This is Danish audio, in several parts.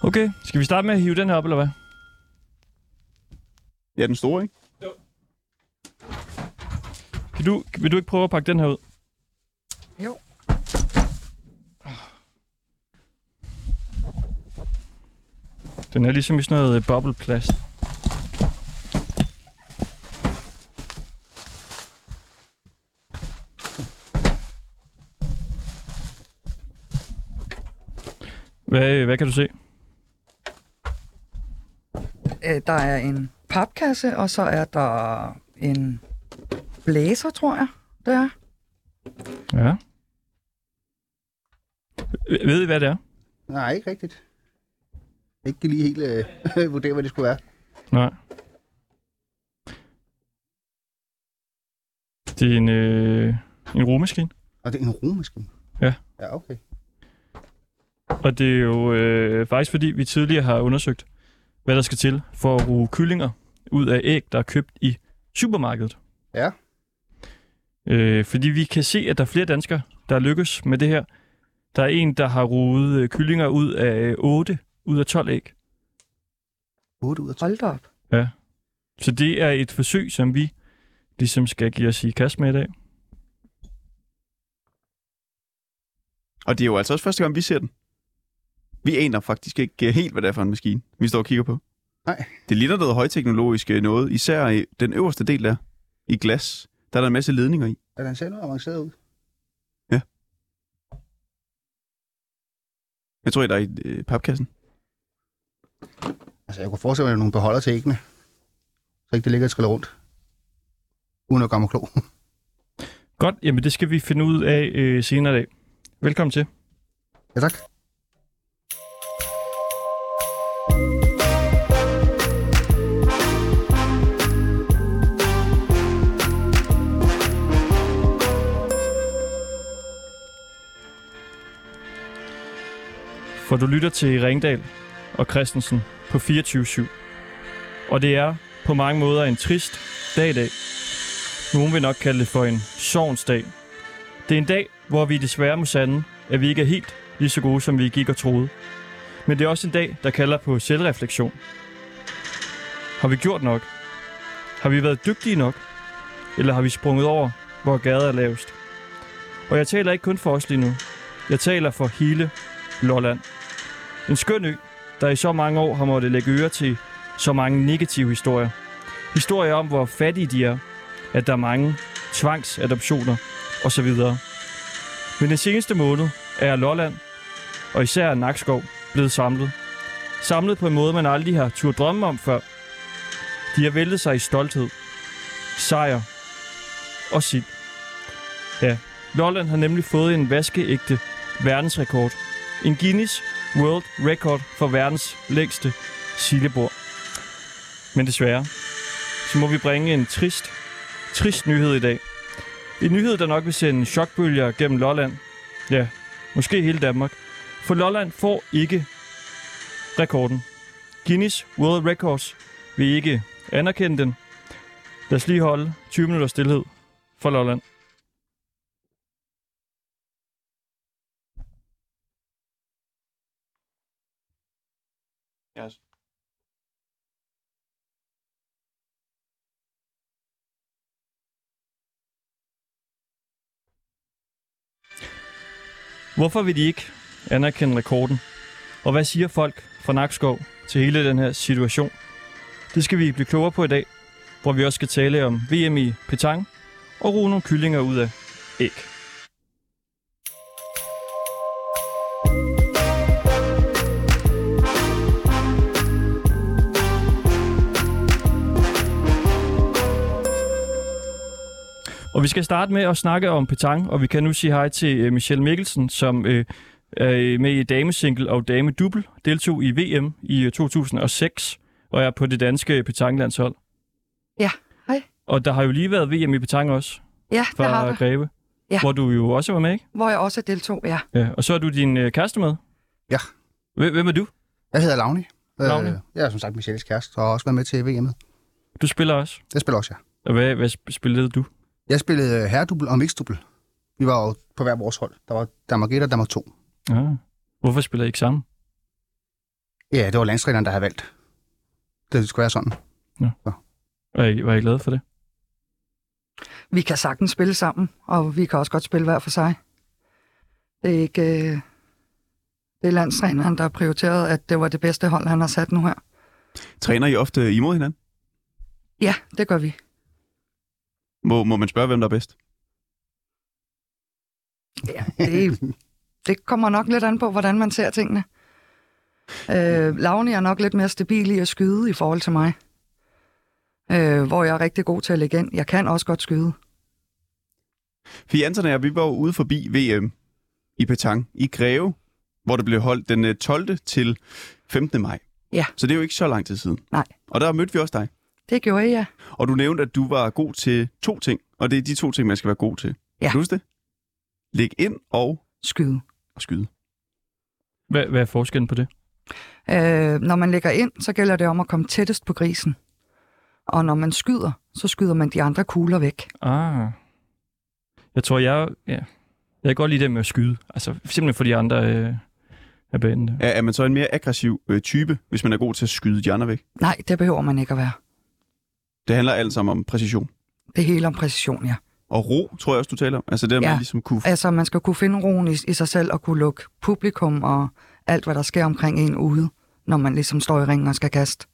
Okay, skal vi starte med at hive den her op, eller hvad? Ja, den store, ikke? Kan du, vil du ikke prøve at pakke den her ud? Jo. Den er ligesom i sådan noget øh, bobleplast. Hvad, hvad kan du se? Øh, der er en papkasse, og så er der en blæser, tror jeg, der er. Ja. Ved I, hvad det er? Nej, ikke rigtigt. Jeg kan ikke lige helt øh, vurdere, hvad det skulle være. Nej. Det er en, øh, en romaskine. Og det er en romaskine. Ja. Ja, okay. Og det er jo øh, faktisk fordi, vi tidligere har undersøgt, hvad der skal til for at ruge kyllinger ud af æg, der er købt i supermarkedet. Ja. Øh, fordi vi kan se, at der er flere danskere, der lykkes med det her. Der er en, der har ruget øh, kyllinger ud af 8 ud af 12 æg. 8 ud af 12. Hold da op. Så det er et forsøg, som vi ligesom skal give os i kast med i dag. Og det er jo altså også første gang, vi ser den. Vi aner faktisk ikke øh, helt, hvad det er for en maskine, vi står og kigger på. Nej. Det ligner noget højteknologisk øh, noget, især i den øverste del der, i glas. Der er der en masse ledninger i. Er den ser noget avanceret ud? Jeg tror, der er i øh, papkassen. Altså, jeg kunne forestille mig, at der er nogle beholder til æggene. Så ikke det ligger og triller rundt. Uden at gøre mig klog. Godt, jamen det skal vi finde ud af øh, senere i dag. Velkommen til. ja, tak. For du lytter til Ringdal og Christensen på 24-7. Og det er på mange måder en trist dag i dag. Nogen vil nok kalde det for en sorgsdag. Det er en dag, hvor vi desværre må sande, at vi ikke er helt lige så gode, som vi gik og troede. Men det er også en dag, der kalder på selvreflektion. Har vi gjort nok? Har vi været dygtige nok? Eller har vi sprunget over, hvor gader er lavest? Og jeg taler ikke kun for os lige nu. Jeg taler for hele Lolland. En skøn ø, der i så mange år har måttet lægge øre til så mange negative historier. Historier om, hvor fattige de er, at der er mange tvangsadoptioner osv. Men den seneste måned er Lolland, og især Nakskov, blevet samlet. Samlet på en måde, man aldrig har turde drømme om før. De har væltet sig i stolthed, sejr og sild. Ja, Lolland har nemlig fået en vaskeægte verdensrekord en Guinness World Record for verdens længste sillebord. Men desværre, så må vi bringe en trist, trist nyhed i dag. En nyhed, der nok vil sende chokbølger gennem Lolland. Ja, måske hele Danmark. For Lolland får ikke rekorden. Guinness World Records vil ikke anerkende den. Lad os lige holde 20 minutter stillhed for Lolland. Yes. Hvorfor vil de ikke anerkende rekorden? Og hvad siger folk fra Nakskov til hele den her situation? Det skal vi blive klogere på i dag, hvor vi også skal tale om VM i petang og ruge nogle kyllinger ud af æg. Og vi skal starte med at snakke om petang, og vi kan nu sige hej til øh, Michelle Mikkelsen, som øh, er med i damesingle og damedouble, deltog i VM i øh, 2006 og er på det danske petanglandshold. Ja, hej. Og der har jo lige været VM i petang også, Ja, det har fra der, Greve, Ja. hvor du jo også var med, ikke? hvor jeg også deltog, ja. Ja. Og så er du din øh, kæreste med. Ja. Hvem hvem er du? Jeg hedder Lavni. Lavni. jeg er Øh, som sagt Michelles kæreste, og har også været med til VM'et. Du spiller også. Det spiller også jeg. Og hvad, hvad sp- spillede du? Jeg spillede øh, herredubbel og mixdubbel. Vi var jo på hver vores hold. Der var Danmark 1 og Danmark 2. Ah. Hvorfor spiller I ikke sammen? Ja, det var landstræneren, der havde valgt. Det skulle være sådan. Var I, var I glade for det? Vi kan sagtens spille sammen, og vi kan også godt spille hver for sig. Det er ikke... Øh, det er landstræneren, der har prioriteret, at det var det bedste hold, han har sat nu her. Træner I ofte imod hinanden? Ja, det gør vi. Må, må man spørge, hvem der er bedst? Ja, det, det kommer nok lidt an på, hvordan man ser tingene. Øh, Lavni er nok lidt mere stabil i at skyde i forhold til mig. Øh, hvor jeg er rigtig god til at lægge ind. Jeg kan også godt skyde. Fordi Anton og jeg, vi var jo ude forbi VM i Petang i Greve, hvor det blev holdt den øh, 12. til 15. maj. Ja. Så det er jo ikke så lang tid siden. Nej. Og der mødte vi også dig. Det gjorde jeg. Og du nævnte, at du var god til to ting, og det er de to ting, man skal være god til. Ja. Kan du huske det? Læg ind og, Skyde. og skyde. Hvad, hvad er forskellen på det? Øh, når man lægger ind, så gælder det om at komme tættest på grisen. Og når man skyder, så skyder man de andre kugler væk. Ah. Jeg tror, jeg... Ja. Jeg kan godt lide det med at skyde. Altså, simpelthen for de andre øh, af banen. Der. Er, er man så en mere aggressiv øh, type, hvis man er god til at skyde de andre væk? Nej, det behøver man ikke at være. Det handler alt sammen om præcision. Det er hele om præcision, ja. Og ro, tror jeg også, du taler om. Altså det, at ja. Ja. man ligesom kunne... Altså, man skal kunne finde roen i, i sig selv og kunne lukke publikum og alt, hvad der sker omkring en ude, når man ligesom står i ringen og skal kaste.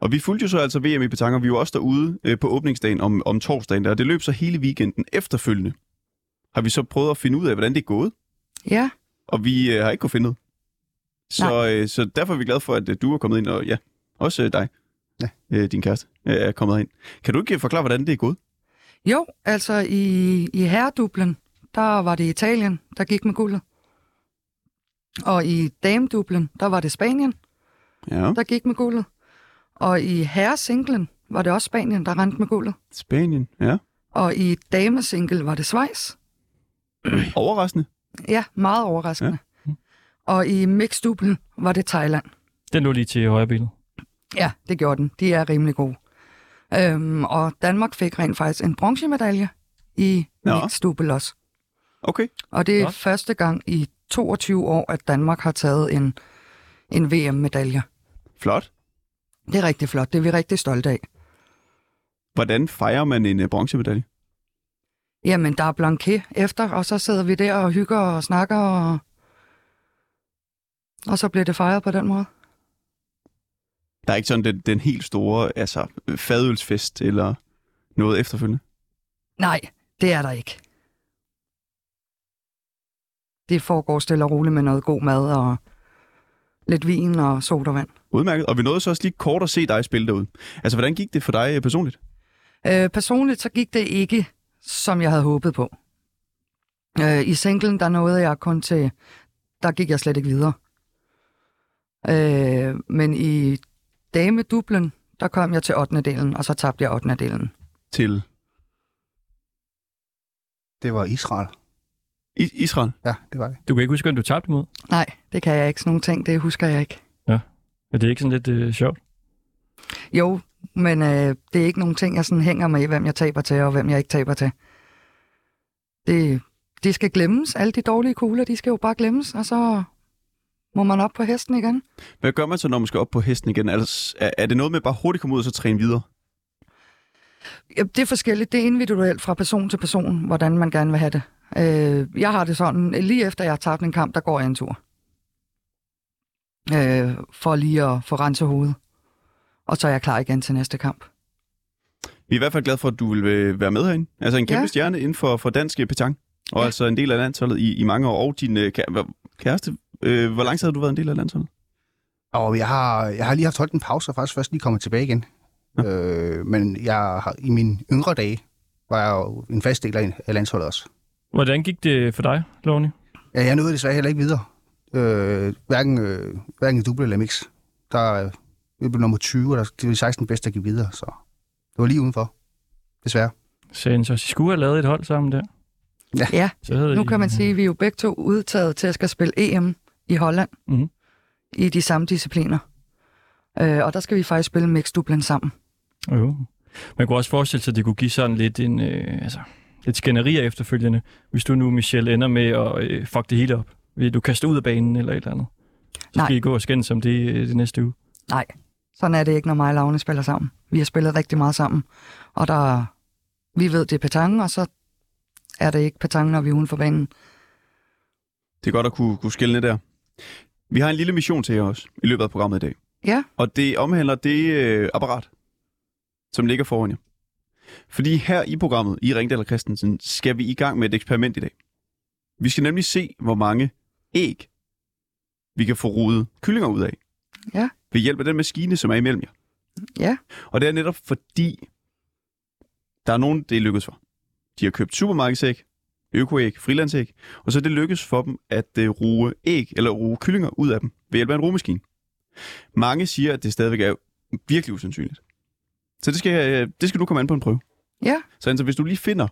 Og vi fulgte jo så altså VM i Petang, og vi var også derude øh, på åbningsdagen om, om torsdagen, der, og det løb så hele weekenden efterfølgende. Har vi så prøvet at finde ud af, hvordan det er gået, Ja, og vi øh, har ikke kunnet finde ud. Så, Nej. øh, så derfor er vi glade for, at øh, du er kommet ind, og ja, også øh, dig, Ja. øh, din kæreste, øh, er kommet ind. Kan du ikke øh, forklare, hvordan det er gået? jo, altså i, i herredublen, der var det Italien, der gik med guldet. Og i damedublen, der var det Spanien, Ja, der gik med guldet. Og i herresinglen var det også Spanien, der rendte med guldet. Spanien, ja. Og i damesingle var det Schweiz. Overraskende. Ja, meget overraskende. Ja. Og i mixdublen var det Thailand. Den lå lige til højre benet. Ja, det gjorde den. De er rimelig gode. Øhm, og Danmark fik rent faktisk en bronzemedalje i Nå. mixdubel også. Okay. Og det er Nå. første gang i 22 år, at Danmark har taget en, en VM-medalje. Flot. Det er rigtig flot. Det er vi rigtig stolte af. Hvordan fejrer man en øh, bronzemedalje? Jamen, der er blanquet efter, og så sidder vi der og hygger og snakker, og, og så bliver det fejret på den måde. Der er ikke sådan den, den helt store altså, øh, fadølsfest eller noget efterfølgende. Nej, det er der ikke. Det foregår stille og roligt med noget god mad og lidt vin og sodavand. Udmærket. Og vi nåede så også lige kort at se dig spille derude. Altså, hvordan gik det for dig øh, personligt? Øh, personligt så gik det ikke, som jeg havde håbet på. Øh, I singlen, der nåede jeg kun til... Der gik jeg slet ikke videre. Øh, men i damedublen, der kom jeg til 8. delen, og så tabte jeg 8. delen. Til Det var Israel. I- Israel? Ja, det var det. Du kan ikke huske, hvem du tabte imod? Nej, det kan jeg ikke. Sådan nogle ting, det husker jeg ikke. Er det ikke sådan lidt øh, sjovt? Jo, men øh, det er ikke nogle ting, jeg sådan hænger med, i, hvem jeg taber til og hvem jeg ikke taber til. Det, det skal glemmes. Alle de dårlige kugler, de skal jo bare glemmes, og så må man op på hesten igen. Hvad gør man så, når man skal op på hesten igen? Altså, er, er det noget med bare hurtigt komme ud og så træne videre? Ja, Det er forskelligt. Det er individuelt fra person til person, hvordan man gerne vil have det. Øh, jeg har det sådan, lige efter jeg har tabt en kamp, der går jeg en tur. Øh, for lige at få renset hovedet. Og så er jeg klar igen til næste kamp. Vi er i hvert fald glade for, at du vil øh, være med herinde. Altså en kæmpe ja. Ja. stjerne inden for, for dansk øh, petanque. Og ja. Ja. altså en del af landsholdet i, i mange år. Og din øh, kæ- hva- kæreste, øh, hvor lang tid har du været en del af landsholdet? Og jeg har, jeg har lige haft holdt en pause, og faktisk først lige kommet tilbage igen. Øh, men jeg har, i mine yngre dage var jeg jo en fast del af af landsholdet også. Hvordan gik det for dig, Lovni? Ja, jeg nåede desværre heller ikke videre. Øh, hverken, øh, hverken i double eller mix. Der er jeg blev nummer 20, og der de var de 16 bedste, der gik videre, så det var lige udenfor. Desværre. Sagde så, I skulle have lavet et hold sammen der. Ja, Så havde Nu I, kan man sige, at vi er jo begge to udtaget til at skal spille EM i Holland Mhm. mm-hmm. i de samme discipliner. Øh, og der skal vi faktisk spille mixdublen sammen. Jo. Man kunne også forestille sig, at det kunne give sådan lidt en, øh, altså, lidt skænderier efterfølgende, hvis du nu, Michelle, ender med at øh, fuck det hele op. Vil du kaste ud af banen eller et eller andet? Så Nej. skal I gå og skændes om det øh, det næste uge. Nej, sådan er det ikke, når mig og Lavne spiller sammen. Vi har spillet rigtig meget sammen, og der, vi ved, det er petanque, og så er det ikke petanque, når vi er uden for banen. Det er godt at kunne, kunne skille der. Vi har en lille mission til jer også i løbet af programmet i dag. Ja. Og det omhandler det øh, apparat, som ligger foran jer. Fordi her i programmet, i Ringdal og Christensen, skal vi i gang med et eksperiment i dag. Vi skal nemlig se, hvor mange æg, vi kan få rodet kyllinger ud af. Ja. Ved hjælp af den maskine, som er imellem jer. Ja. Og det er netop fordi, der er nogen, det er lykkedes for. De har købt supermarkedsæg, økoæg, frilandsæg, og så er det lykkedes for dem at øh, ruge æg eller ruge kyllinger ud af dem ved hjælp af en rugemaskine. Mange siger, at det stadigvæk er virkelig usandsynligt. Så det skal, øh, det skal du komme an på en prøve. Ja. Så altså, hvis du lige finder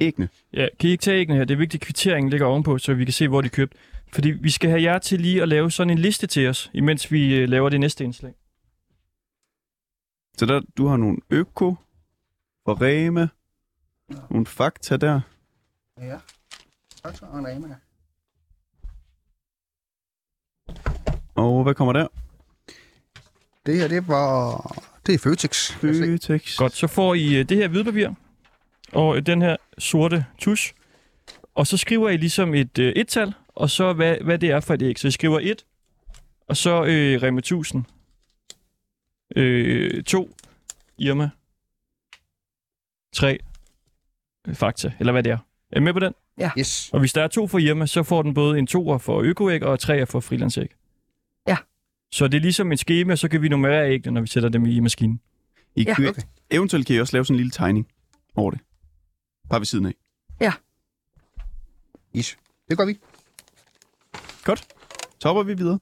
æggene, Ja, kan I ikke tage æggene her? Det er vigtigt, at kvitteringen ligger ovenpå, så vi kan se, hvor de er købt. Fordi vi skal have jer til lige at lave sådan en liste til os, imens vi øh, laver det næste indslag. så der, du har nogle øko fra Rema, nogle fakta der. Ja. Tak så, Anna Emma. Og hvad kommer der? Det her, det var... Det er Føtex. Føtex. Godt, så får I øh, det her hvide papir og øh, den her sorte tusch. Og så skriver I ligesom et øh, et-tal, og så hvad, hvad det er for et æg. Så I skriver 1, og så øh, Rema 1000. Øh, 2, Irma. 3, øh, Fakta, eller hvad det er. Er I med på den? Yes. Og hvis der er to for Irma, så får den både en toer for økoæg og tre for frilandsæg. Ja. Så det er ligesom et schema, så kan vi nummerere æggene, når vi sætter dem i maskinen. I Ja, kan, okay. Eventuelt kan I også lave sådan en lille tegning over det. Bare ved siden af. Yes. Det gør vi. Godt. Så hopper vi videre.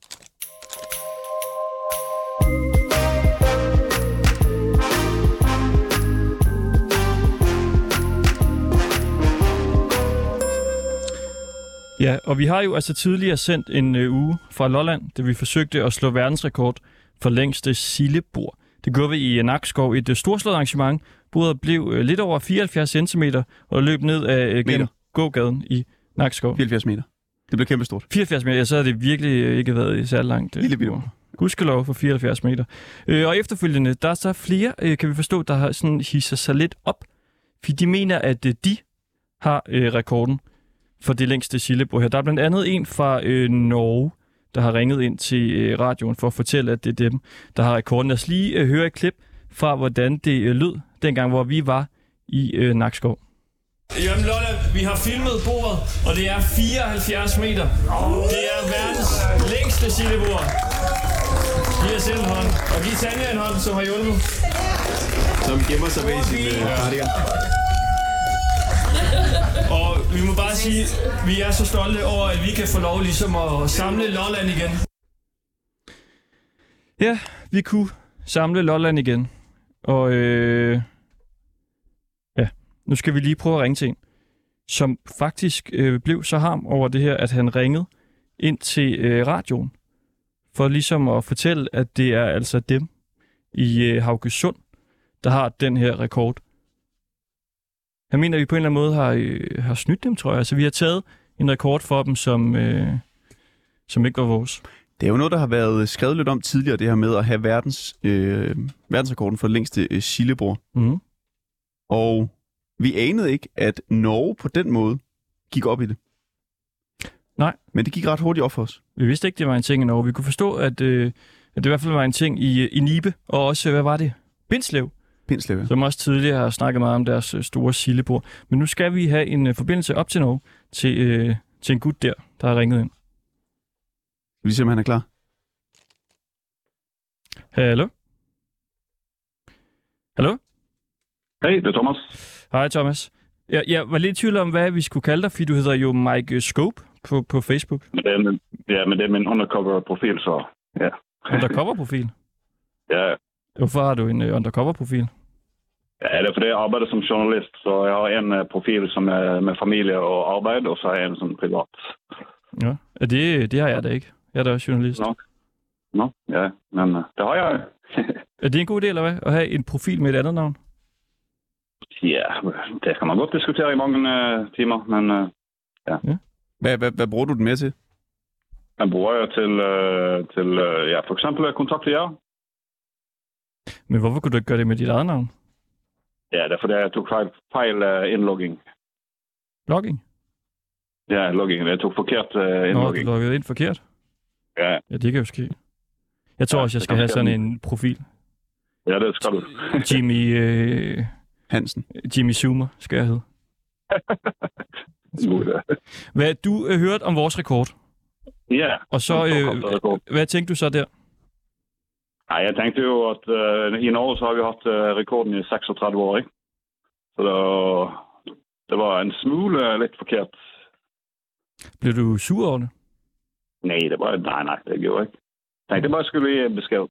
Ja, og vi har jo altså tidligere sendt en ø, uge fra Lolland, da vi forsøgte at slå verdensrekord for længste sillebord. Det gjorde vi i Nakskov et ø, storslået arrangement. Bordet blev ø, lidt over 74 cm og løb ned af ø, gennem Meter. gågaden i Nakskov. 74 meter. Det blev kæmpestort. 74 meter, ja, så har det virkelig øh, ikke været særlig langt. øh, Lille bitte. bord. Gudskelov for 74 meter. Øh, og efterfølgende, der er så flere, øh, kan vi forstå, der har sådan hisser sig lidt op. Fordi de mener, at øh, de har øh, rekorden for det længste sillebord her. Der er blandt andet en fra øh, Norge, der har ringet ind til øh, radioen for at fortælle, at det er dem, der har rekorden. Lad os lige øh, høre et klip fra, hvordan det øh, lød dengang, hvor vi var i øh, Nakskov. Jamen Lolla, vi har filmet bordet, og det er 74 meter. Det er verdens længste sillebord. Giv os en hånd, og giv Tanja en hånd, som har hjulpet. Som gemmer sig bag sin øh, cardigan. Og vi må bare sige, vi er så stolte over, at vi kan få lov ligesom at samle Lolland igen. Ja, vi kunne samle Lolland igen. Og øh, ja, nu skal vi lige prøve at ringe til en, som faktisk øh, blev så ham over det her, at han ringede ind til øh, radioen, for ligesom at fortælle, at det er altså dem i øh, Haugesund, der har den her rekord. Han mener, at vi på en eller anden måde har, øh, har snydt dem, tror jeg. Altså, vi har taget en rekord for dem, som, øh, som ikke var vores. Det er jo noget, der har været skrevet lidt om tidligere, det her med at have verdens, øh, verdensrekorden for det længste øh, sillebord. Mm. Og vi anede ikke, at Norge på den måde gik op i det. Nej. Men det gik ret hurtigt op for os. Vi vidste ikke, det var en ting i Norge. Vi kunne forstå, at, øh, at det i hvert fald var en ting i, øh, i Nibe, og også, hvad var det? Bindslev, Pindslev, ja. som også tidligere har snakket meget om deres øh, store sillebord. Men nu skal vi have en øh, forbindelse op til Norge, til, øh, til en gut der, der har ringet ind. Vi ser, om han er klar. Hallo? Hallo? Hej, det er Thomas. Hej Thomas. Jeg, jeg var lidt i tvivl om, hvad vi skulle kalde dig, fordi du hedder jo Mike øh, Scope på, på Facebook. Men det er min, ja, men det er min undercover-profil, så ja. Undercover-profil. ja. Hvorfor har du en øh, undercover-profil? Ja, det er fordi jeg arbejder som journalist, så jeg har en eh, profil som er med familie og arbejde, og så har jeg en som privat. Ja. Er Det, det har jeg da ikke. Jeg er da også journalist. Nå. Nå, ja, men eh, det har jeg. Er det en god idé, eller hvad? At have en profil med et andet navn? Ja, det kan man godt diskutere i mange eh, timer, men eh, Hvad, hvad, hvad bruger du den med til? Man bruger jeg til, øh, til øh, ja, for eksempel øh, kontakte jer. Men hvorfor kunne du ikke gøre det med dit eget navn? Ja, det er fordi jeg tog fejl, fejl øh, indlogging. Logging? Ja, logging. Jeg tog forkert øh, Nå, du indlogging. loggede ind forkert? Ja, Ja, det kan jo ske. Jeg tror Ja, ja, også, jeg det skal kan have ske. sådan en profil. ja, det skal du. Jimmy, øh, Hansen. Jimmy Zoomer skal jeg hedde. God, ja. Hvad du øh, hørte om vores rekord, Ja. og så øh, Så er det godt. hvad tænkte du så der? Nej, jeg tænkte jo, at øh, i Norge så har vi haft øh, rekorden i 36 år, ikke? Så det var, det var en smule øh, lidt forkert. Blev du sur over det? Nej, det var, nej, nej, det gjorde jeg ikke. Jeg tænkte bare, at jeg skulle lige beskrive.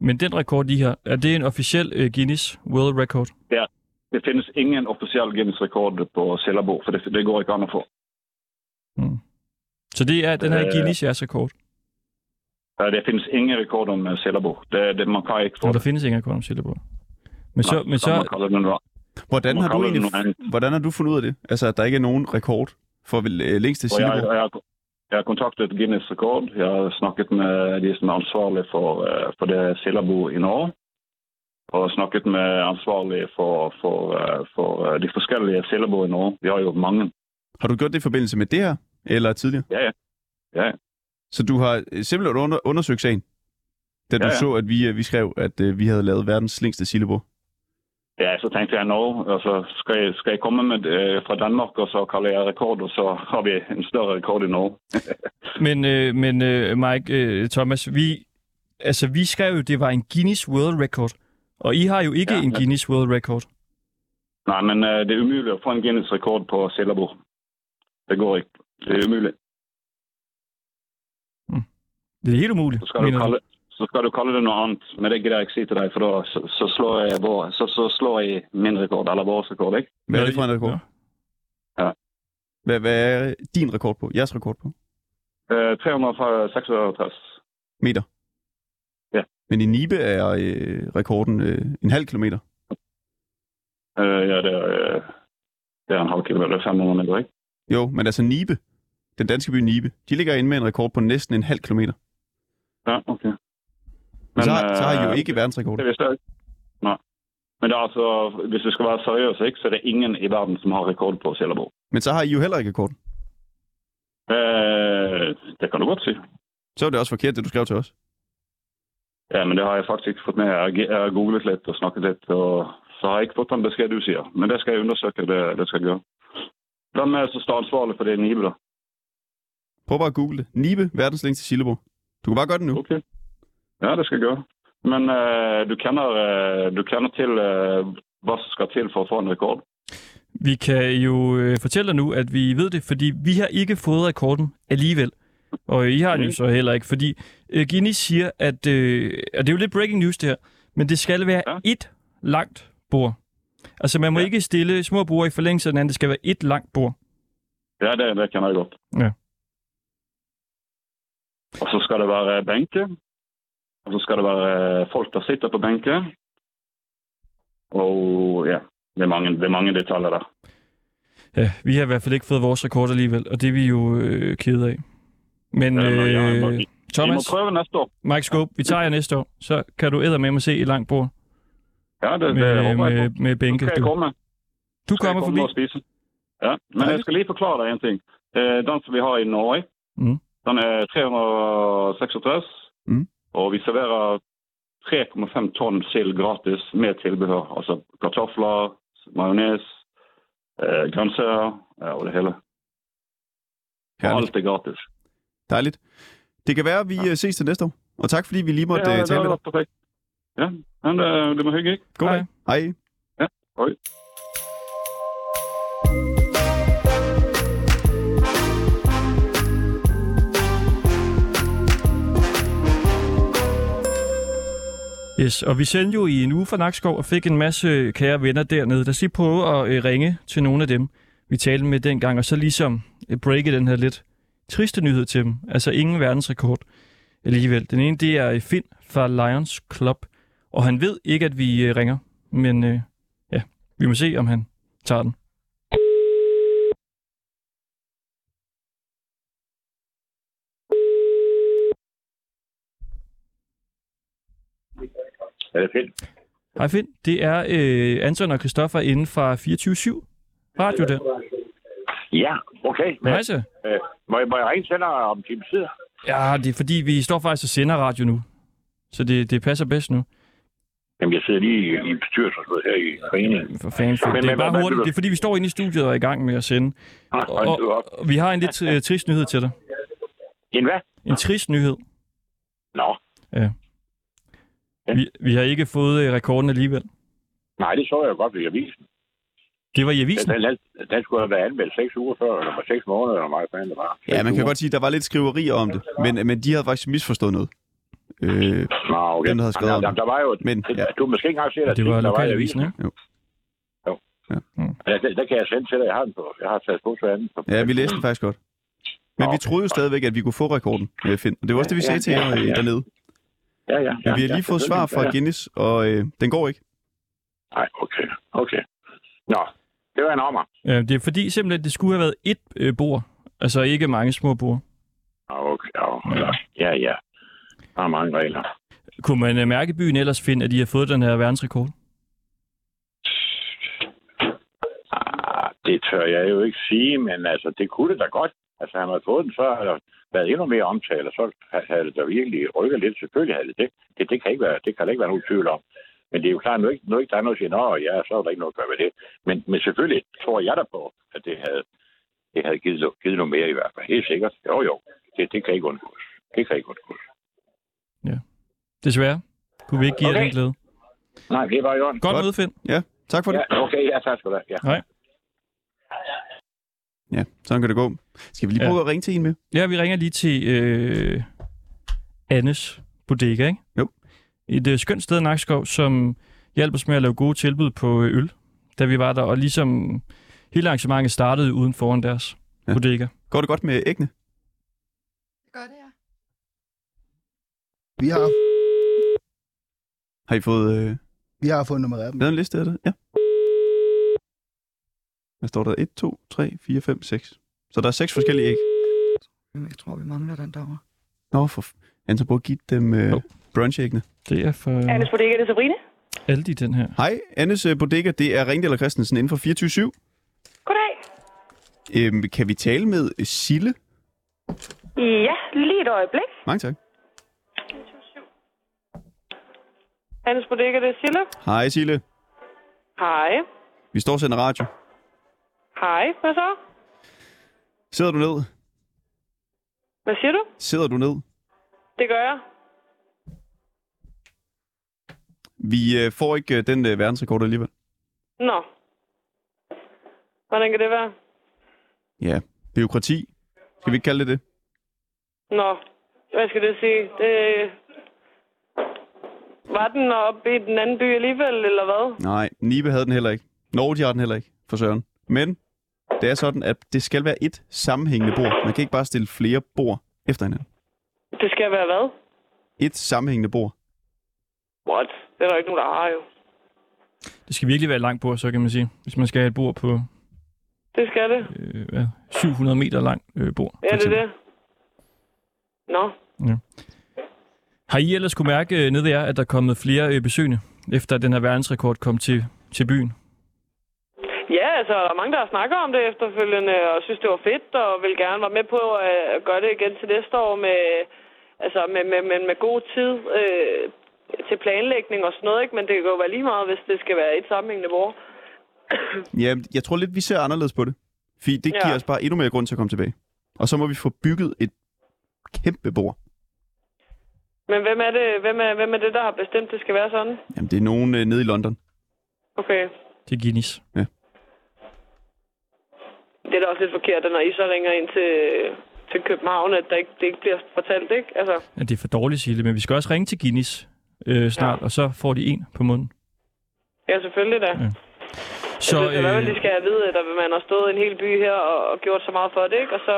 Men den rekord, I har, er det en officiel øh, Guinness World Record? Det findes ingen officiel Guinness-rekord på Sillabo, for det, det går ikke an at få. Mm. Så det er, den her Øh, Guinness jeres rekord, Øh, Det findes ingen rekord om øh, Sillabo. Det, det, man kan ikke få og der det. findes ingen rekord om Silkeborg. Men så, men man så, kalder den noget. Hvordan Man har, du kalder det egentlig, noget andet. hvordan har du fundet ud af det? Altså, at der ikke er nogen rekord for øh, længst til Og jeg, Silkeborg? jeg, har- jeg har kontaktet Guinness Rekord. Jeg har snakket med de som er ansvarlige for, eh, for det Sillabo i Norge. Og snakket med ansvarlige for, for, eh, for eh, de forskellige Sillabo i Norge. Vi har jo mange. Har du gjort det i forbindelse med det her, eller tidligere? Ja, ja. Ja, ja. Så du har øh, simpelthen under, undersøgt sagen, da du Ja, ja. så, at vi, øh, vi skrev, at øh, vi havde lavet verdens længste Silkeborg? Ja, så tænkte jeg, nå, altså, skal, jeg, skal jeg komme med eh, fra Danmark, og så kalder jeg rekord, og så har vi en større rekord i Norge. men, øh, men øh, Mike, øh, Thomas, vi, altså, vi skrev jo, det var en Guinness World Record, og I har jo ikke ja, Ja, en ja. Guinness World Record. Nej, men eh, det er umuligt at få en Guinness Rekord på Sillabo. Det går ikke. Det er umuligt. Det er helt umuligt, Så skal, du mener kalle, så skal du kalle det noe annet, men det gidder jeg ikke si til deg, for da så, så, slår, jeg vår, så, så slår jeg min rekord, eller vår rekord. Ikke? Hvad er det for en rekord? Ja. Hvad, hvad er din rekord på? Jeres rekord på? Eh, 366. Meter? Ja. Men i Nibe er øh, rekorden øh, en halv kilometer. Eh, ja, det er, eh, det er en halv kilometer, 500 meter. Ikke? Jo, men altså Nibe, den danske by Nibe, de ligger inde med en rekord på næsten en halv kilometer. Ja, ok. Men, så, har, så har I jo eh, ikke verdensrekord. Det visste jeg ikke. Nei. Men det er altså, hvis vi skal være seriøse, ikke, så er det ingen i verden som har rekord på Sillabo. Men så har I jo heller ikke rekorden. Eh, det kan du godt si. Så er det også forkert, det du skrev til os. Ja, Eh, men det har jeg faktisk ikke fått med. Jeg jeg har googlet litt og snakket litt, og så har jeg ikke fått den beskjed du sier. Men det skal jeg undersøke, det, det skal jeg gjøre. Hvem er det som står ansvarlig for det i Nibe, da? Prøv bare at google det. Nibe, verdens længste Silleborg. Du kan bare gøre det nu. Ok. Ja, det skal jeg gjøre. Men eh, du, kjenner, eh, du kjenner til eh, hva som skal til for å få en rekord? Vi kan jo øh, fortælle dig nu, at vi ved det, fordi vi har ikke fået rekorden alligevel. Og I har den jo Mm. så heller ikke, fordi øh, Guinness siger, at... Øh, og det er jo lidt breaking news, det her. Men det skal være Ja. et langt bord. Altså, man må ja. Ja. ikke stille små bord i forlængelse af den anden. Det skal være et langt bord. Ja, det, det kjenner jeg godt. Ja. Og så skal det være benke. Og så skal det være folk der sitter på benke. Og ja, det er mange, det er mange detaljer der. Ja, vi har i hvert fald ikke fået vores rekord alligevel, og det er vi jo øh, kede af. Men Ja, nå, ja, nå, øh, I- Vi må Thomas, prøve næste år. Mike Scope, vi tager jer næste år. Så kan du æder med mig se et langt bord Ja, det, det med, håber jeg med, på. med Så bænke. skal jeg Du, komme. øh, du Skal jeg kommer komme forbi. og spise. Ja, men jeg Dejligt. skal lige forklare dig en ting. Eh, Den, som vi har i Norge, Mm. den er 366, Mm. og vi serverer 3,5 ton sild gratis med tilbehør. Altså kartofler, majones, eh, grøntsager ja, og det hele. Og Herligt. alt er gratis. Dejligt. Det kan være, at vi øh, ses til næste år. Og tak, fordi vi lige måtte ja, ja, det tale med har dig. vært perfekt. Ja, men det, det må hygge, ikke? God Hej. dag. Hej. Oi. Yes, og vi sendte jo i en uge fra Nakskov og fik en masse kære venner dernede. Lad os lige prøve at øh, ringe til nogle af dem, vi talte med dengang, og så ligesom øh, breake den her lidt triste nyhed til dem. Altså ingen verdensrekord alligevel. Den ene, det er øh, Finn fra Lions Club, og han ved ikke, at vi øh, ringer, men øh, ja, vi må se, om han tager den. Er det fedt? Hej Finn, det er øh, Anton og Christoffer inden fra 24-7 Radio der. Ja, okay. Men, Hejsa. øh, må, jeg, må jeg ringe til dig om en time tid? Ja, det er fordi, vi står faktisk og sender radio nu. Så det, det passer bedst nu. Jamen, jeg sidder lige i- i bestyrelsesmødet her i foreningen. For fanden, Finn. Men- det er men- bare men- hurtigt. Det er fordi, vi står inde i studiet og er i gang med at sende. Ah, hold Og, nu op. og vi har en lidt øh, trist nyhed til dig. En hvad? En trist nyhed. Nå, Vi, vi har ikke fået øh, rekorden alligevel. nej, det så jeg godt ved avisen. Det var i avisen. Den, den, den skulle have været anmeldt seks uger før, eller var seks måneder, eller hvor meget fanden det var. Ja, man kan godt sige, at der var lidt skriverier om det, men, men de havde faktisk misforstået noget. Øh, Nå, okay. Dem, der havde skrevet om der, der, det. der var jo... Men, Men, ja. ja. Du har måske ikke engang set, at Det var der i lokalavisen, ikke? Ja, det, det, kan jeg sende til dig. Jeg har den på. Jeg har taget på til anden. ja, vi læste den faktisk godt. Men vi troede jo stadigvæk, at vi kunne få rekorden, øh, Finn. Og det var også det, vi sagde til jer øh, dernede. Ja, ja. Men vi har ja, lige fået svar selvfølgelig. Ja, fra ja. Guinness, og øh, den går ikke. Nej, okay. Okay. Nå, det var en ommer. Ja, det er fordi simpelthen, det skulle have været et øh, bord. Altså ikke mange små bord. Nå, Okay. Ja, ja. ja. Der er mange regler. Kunne man øh, mærke i byen ellers, Finn, at I har fået den her verdensrekord? Ah, det tør jeg jo ikke sige, men altså, det kunne det da godt. Altså, han havde fået den, så havde der været endnu mere omtale, og så havde det da virkelig rykket lidt. Selvfølgelig havde det det. Det, det kan, ikke være, det kan der ikke være nogen tvivl om. Men det er jo klart, nu ikke, nu ikke der er noget at sige, nå ja, så er der ikke noget at gøre ved det. Men, men selvfølgelig tror jeg da på, at det havde, det havde givet, no- givet noget mere i hvert fald. Helt sikkert. Jo, jo. Det, det kan ikke undgås. Det kan ikke undgås. Desværre. Kunne vi ikke give jer Okay. den glæde. Nej, det var jo Godt Godt. møde, Finn. Ja, tak for det. Ja, okay, ja, tak skal du have. Ja. Ja, sådan kan det gå. Skal vi lige Ja. prøve at ringe til en med? Ja, vi ringer lige til øh, Annes Bodega, ikke? Jo. Et øh, skønt sted i Nakskov, som hjalp os med at lave gode tilbud på øh, øl, da vi var der. Og ligesom hele arrangementet startede uden foran deres Ja. ja. bodega. Går det godt med æggene? Gør det, ja. Vi har, Har I fået øh, vi har fået nummereret dem. lavet en liste af det? Ja. Hvad står der? 1, 2, 3, 4, 5, 6. Så der er seks forskellige æg. Jeg tror, vi mangler den derovre. Nå, for f- Anton, prøv at give dem øh, Jo. brunchæggene. Det er for Annes Bodega, det er Sabrine. Aldi, den her. Hej, Annes øh, Bodega. Det er Ringdal og Christensen inden for 24 Goddag. øhm, Kan vi tale med øh, Sille? Ja, lige et øjeblik. Mange tak. Annes Bodega, det er Sille. Hej, Sille. Hej. Vi står og sender radio. Hej, hvad så? Sidder du ned? Hvad siger du? Sidder du ned? Det gør jeg. Vi øh, får ikke øh, den øh, verdensrekord alligevel. Nå. Hvordan kan det være? Ja, byråkrati. Skal vi ikke kalde det det? Nå. Hvad skal det sige? Det... Var den oppe i den anden by alligevel, eller hvad? Nej, Nibe havde den heller ikke. Norge, de har den heller ikke, for søren. Men det er sådan, at det skal være et sammenhængende bord. Man kan ikke bare stille flere bord efter hinanden. Det skal være hvad? Et sammenhængende bord. What? Det er der ikke nogen, der har jo. Det skal virkelig være et langt bord, så kan man sige. Hvis man skal have et bord på Det skal det. øh, hvad, 700 meter langt øh, bord. for Ja, det eksempel. er det. Nå. Har I ellers kunne mærke øh, nede ved jer, at der er kommet flere øh, besøgende, efter at den her verdensrekord kom til, til byen? Ja, altså, der er mange, der snakker om det efterfølgende, og synes, det var fedt, og vil gerne være med på øh, at gøre det igen til næste år med, altså, med, med, med, med god tid øh, til planlægning og sådan noget, ikke? Men det kan jo være lige meget, hvis det skal være et sammenhængende vore. Ja, jeg tror lidt, vi ser anderledes på det. Fordi det Ja. giver os bare endnu mere grund til at komme tilbage. Og så må vi få bygget et kæmpe bord. Men hvem er, det, hvem, er, hvem er det, der har bestemt, det skal være sådan? Jamen, det er nogen øh, nede i London. Okay. Det er Guinness. Det er da også lidt forkert, at når I så ringer ind til, til København, at der ikke, det ikke bliver fortalt, ikke? Altså, Ja, det er for dårligt, Sille, men vi skal også ringe til Guinness øh, snart, ja. og så får de en på munden. ja, selvfølgelig da. Ja, Så, Så jeg synes, øh... i hvert øh, fald, de skal have at vide, at der- man har stået en hel by her og, og gjort så meget for det, ikke? Og så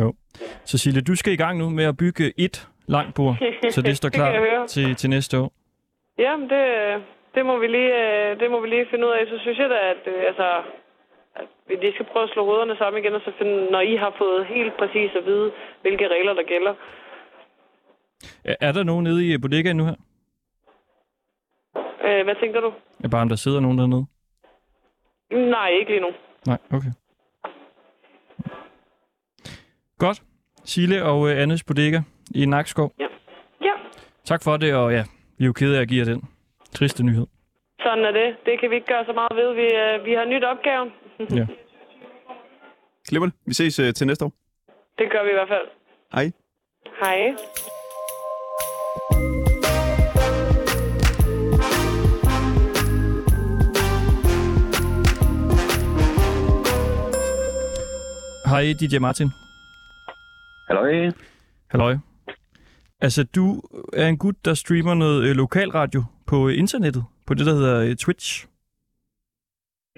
jo. så Sille, du skal i gang nu med at bygge et langt bord, så det står Det kan jeg klar høre. til, til næste år. Jamen, det, øh, det, må vi lige, øh, det må vi lige finde ud af. Så synes jeg da, at, øh, altså, at vi lige skal prøve at slå hovederne sammen igen, og så finde, når I har fået helt præcis at vide, hvilke regler der gælder. Er er der nogen nede i bodegaen nu her? Øh, hvad tænker du? Jeg bare, om der sidder nogen dernede. Nej, ikke lige nu. Nej, okay. Godt. Sile og øh, Annes bodega i Nakskov. Ja, Tak for det, og ja, vi er jo kede af at give jer den triste nyhed. sådan er det. Det kan vi ikke gøre så meget ved. Vi, øh, vi har nyt opgaven. Ja. Klipper det. Vi ses øh, til næste år. Det gør vi i hvert fald. Hej. Hej. Hej, DJ Martin. Hallo. Halløj. Altså, du er en gut, der streamer noget øh, lokalradio på øh, internettet, på det, der hedder øh, Twitch.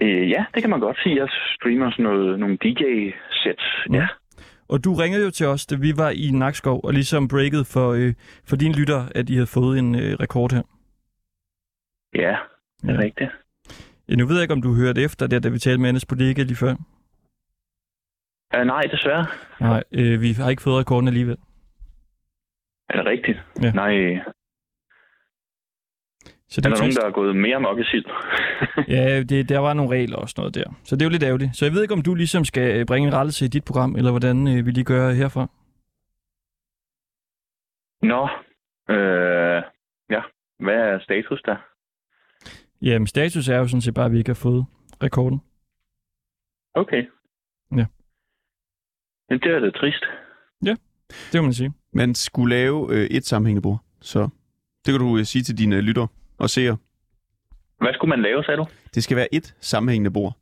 Øh, ja, det kan man godt sige. Jeg streamer sådan noget, nogle DJ-sæt. Ja. Og du ringede jo til os, da vi var i Nakskov, og ligesom breakede for, øh, for dine lytter, at I havde fået en øh, rekord her. Ja, det er Ja. rigtigt. Ja, nu ved jeg ikke, om du hørte efter der, da vi talte med Annes kollega lige før. Øh, nej, desværre. Nej, øh, vi har ikke fået rekorden alligevel. Er det rigtigt? Ja. Nej, Så er det der nogen, trist. der er gået mere mok i sidst? Ja, det, der var nogle regler og sådan noget der. Så det er jo lidt ærgerligt. Så jeg ved ikke, om du ligesom skal øh, bringe en rettelse i dit program, eller hvordan øh, vi lige gør herfra. Nå, øh, ja. Hvad er status der? Jamen, status er jo sådan set bare, at vi ikke har fået rekorden. Okay. Ja. Men det er da trist. Det må man sige. Man skulle lave øh, et sammenhængende bord, så det kan du øh, sige til dine øh, lyttere og seere. Hvad skulle man lave, sagde du? Det skal være et sammenhængende bord.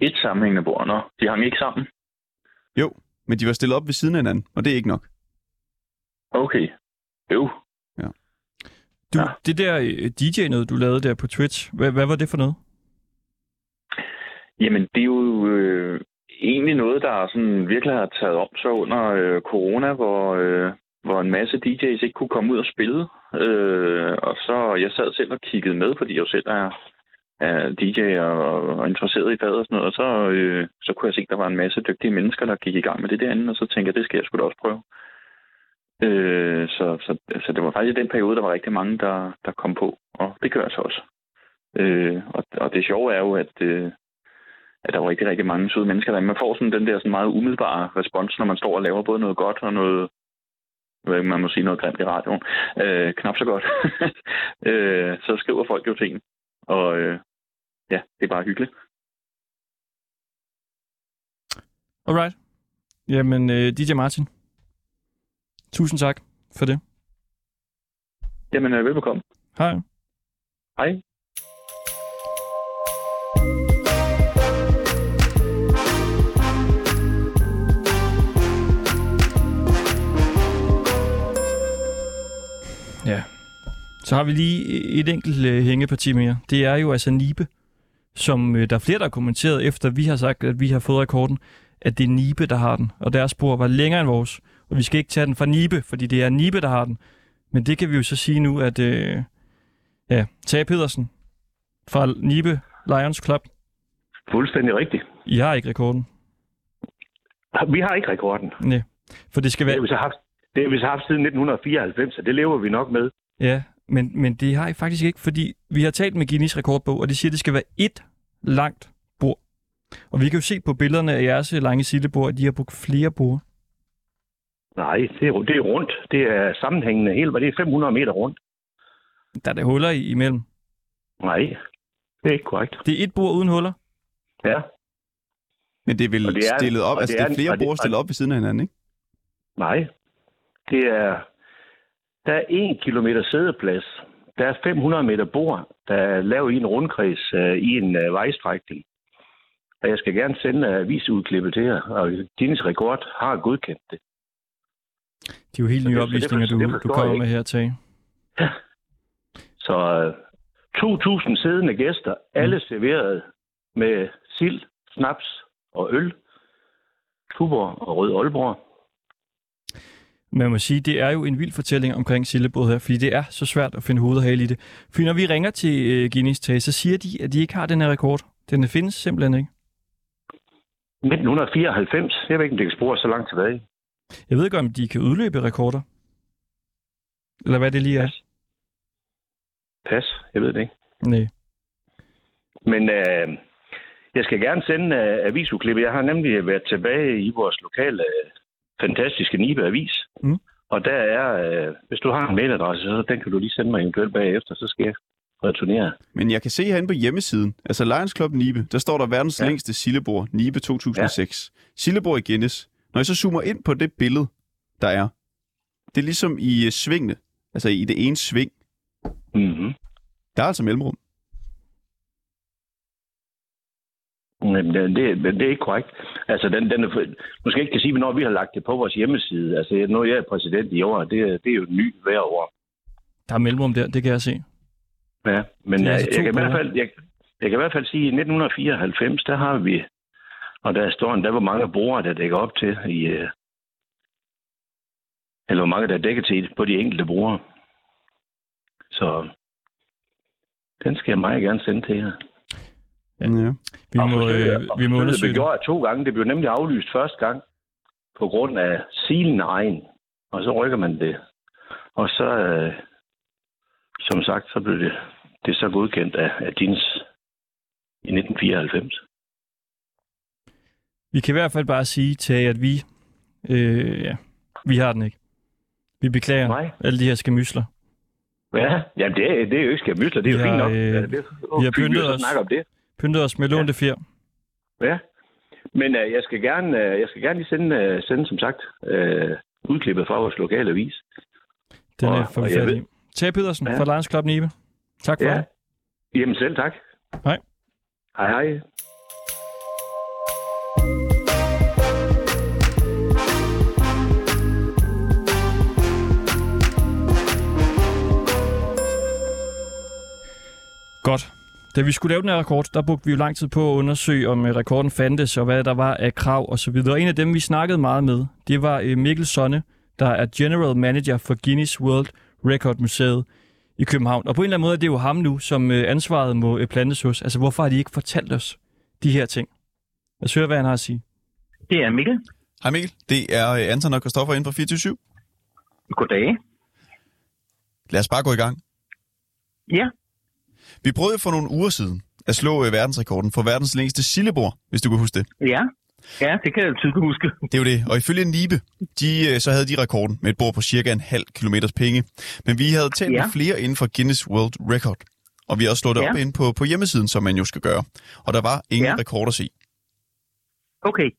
Et sammenhængende bord. Nå, de hang ikke sammen. Men de var stillet op ved siden af hinanden, og det er ikke nok. Okay. Øv. Du, ja. Ja. Det der øh, DJ noget, du lavede der på Twitch, hvad, hvad var det for noget? Jamen, det er jo øh, egentlig noget, der sådan virkelig har taget om sig under øh, corona, hvor, øh, hvor en masse DJ's ikke kunne komme ud og spille. Øh, og så jeg sad selv og kiggede med, fordi jeg jo selv er, er DJ og, og interesseret i faget og sådan noget. Og så, øh, så kunne jeg se, at der var en masse dygtige mennesker, der gik i gang med det derinde, og så tænkte jeg, det skal jeg sgu da også prøve. Øh, så, så, så det var faktisk i den periode, der var rigtig mange, der, der kom på, og det gør jeg så også. Øh, og, og det sjove er jo, at... Øh, at der var rigtig, rigtig mange søde mennesker derinde. Man får sådan den der sådan meget umiddelbare respons, når man står og laver både noget godt og noget, jeg ved ikke, man må sige noget grimt i radioen, øh, knap så godt. øh, så skriver folk jo ting. Og øh, ja, det er bare hyggeligt. Alright. Jamen, øh, DJ Martin. Tusind tak for det. Jamen, øh, velbekomme. Hej. Hej. Ja. Så har vi lige et enkelt øh, hængeparti mere. Det er jo altså Nibe, som øh, der er flere, der har kommenteret, efter vi har sagt, at vi har fået rekorden, at det er Nibe, der har den. Og deres spor var længere end vores. Og vi skal ikke tage den fra Nibe, fordi det er Nibe, der har den. Men det kan vi jo så sige nu, at øh, ja, Tage Pedersen fra Nibe Lions Club, Fuldstændig rigtigt. I har ikke rekorden. Vi har ikke rekorden. Nej. For det skal Det har være... vi så haft, det har vi så haft siden 1994, så det lever vi nok med. Ja, men, men det har I faktisk ikke, fordi vi har talt med Guinness rekordbog, og de siger, at det skal være et langt bord. Og vi kan jo se på billederne af jeres lange sildebord, at de har brugt flere bord. Nej, det er, det er rundt. Det er sammenhængende helt, og det er 500 meter rundt. Der er der huller i, imellem. Nej, det er ikke korrekt. Det er et bord uden huller. Ja, Men det er vel Og det det er, er- stillet op, og altså det det er er en- flere og det- bord stillet op ved siden af hinanden, ikke? nej. Det er, der er 1 kilometer sædeplads. Der er 500 meter bord, der er lavet i en rundkreds øh, i en øh, vejstrækning. Og jeg skal gerne sende øh, avisudklippet til jer, og Guinness Rekord har godkendt det. Det er jo helt nye det- så det oplysninger, forstår- det du, du forstår kommer jeg med her, Tage. Så øh, 2.000 siddende gæster, alle serveret med sild, snaps og øl. Tuborg og Rød Aalborg. Man må sige, det er jo en vild fortælling omkring sildebåd her, fordi det er så svært at finde hoved og hale i det. For når vi ringer til øh, Guinness, Tage, så siger de, at de ikke har den her rekord. Den findes simpelthen ikke. 1994. Jeg ved ikke, om det kan spore så langt tilbage. Jeg ved ikke, om de kan udløbe rekorder. Eller hvad det lige er? Pas, jeg ved det ikke. Nej. Men øh, jeg skal gerne sende øh, avisuklippet. Jeg har nemlig været tilbage i vores lokale øh, fantastiske Nibe Avis. Mm. Og der er, øh, hvis du har en mailadresse, så den kan du lige sende mig eventuelt bagefter, så skal jeg returnere. Men jeg kan se herinde på hjemmesiden, altså Lions Club Nibe, der står der verdens ja. Ja. længste sillebord, Nibe 2006. Ja. Sillebord i Guinness. Når jeg så zoomer ind på det billede, der er, det er ligesom i øh, svingene, altså i det ene sving, Mm-hmm. der er altså mellemrum. Jamen, øh, det, det, det er ikke korrekt. Altså, den, den er, måske ikke kan sige, hvornår vi har lagt det på vores hjemmeside. Altså, jeg- nu er jeg er præsident i år, det, er- det er jo ny hver år. Der er mellemrum der, det kan jeg se. Ja, men Det er øh, altså to jeg, kan i hvert måder. fald, jeg, jeg kan i hvert fald sige, at i 1994, der har vi, og der står der hvor mange brugere, der dækker op til, i, øh, eller hvor mange, der dækker til på de enkelte brugere. Så den skal jeg meget gerne sende til jer. Ja. Ja. Vi Og må, forsøget- øh, og vi må forsøget undersøge blev det. gjort to gange. Det blev nemlig aflyst første gang på grund af silen egen. Og så rykker man det. Og så, øh, som sagt, så blev det, det så godkendt af, af DINS i 1994. Vi kan i hvert fald bare sige til, at vi, øh, ja, vi har den ikke. Vi beklager Nej. alle de her skamysler. Ja, jamen det, er- det er jo ikke skærmysler. Det er jo Vi fint har, nok. øh, Ja, det er- vi har fint, pyntet så os. snakker om det. Pyntede os med lånte ja. fjer. Ja. Men øh, jeg, skal gerne, øh, jeg skal gerne lige sende, øh, sende som sagt, øh, udklippet fra vores lokale avis. Den Åh, er for og jeg ved- færdig. Tag Pedersen ja. Ja. fra Lions Club Nibe. Tak for ja. Ja. det. Jamen selv tak. Hej. Hej hej. Godt. Da vi skulle lave den her rekord, der brugte vi jo lang tid på at undersøge, om øh, rekorden fandtes, og hvad der var af krav og så videre. Og en af dem, vi snakkede meget med, det var øh, Mikkel Sonne, der er General Manager for Guinness World Record Museet i København. Og på en eller anden måde er det jo ham nu, som øh, ansvaret må øh, plantes hos. Altså, hvorfor har de ikke fortalt os de her ting? Lad os høre, hvad han har at sige. Det er Mikkel. Hej Mikkel, det er øh, Anton og Kristoffer inden for 24 Goddag. Lad os bare gå i gang. Ja, Vi prøvede for nogle uger siden at slå øh, verdensrekorden for verdens længste sillebord, hvis du kan huske det. ja. Ja, det kan jeg tydeligt huske. Det er jo det. Og ifølge Nibe, de, øh, så havde de rekorden med et bord på cirka en halv kilometers penge. Men vi havde talt ja. Ja. med flere inden for Guinness World Record. Og vi har også slået det ja. Ja. op inde på, på hjemmesiden, som man jo skal gøre. Og der var ingen ja. Ja. rekord at se. Okay,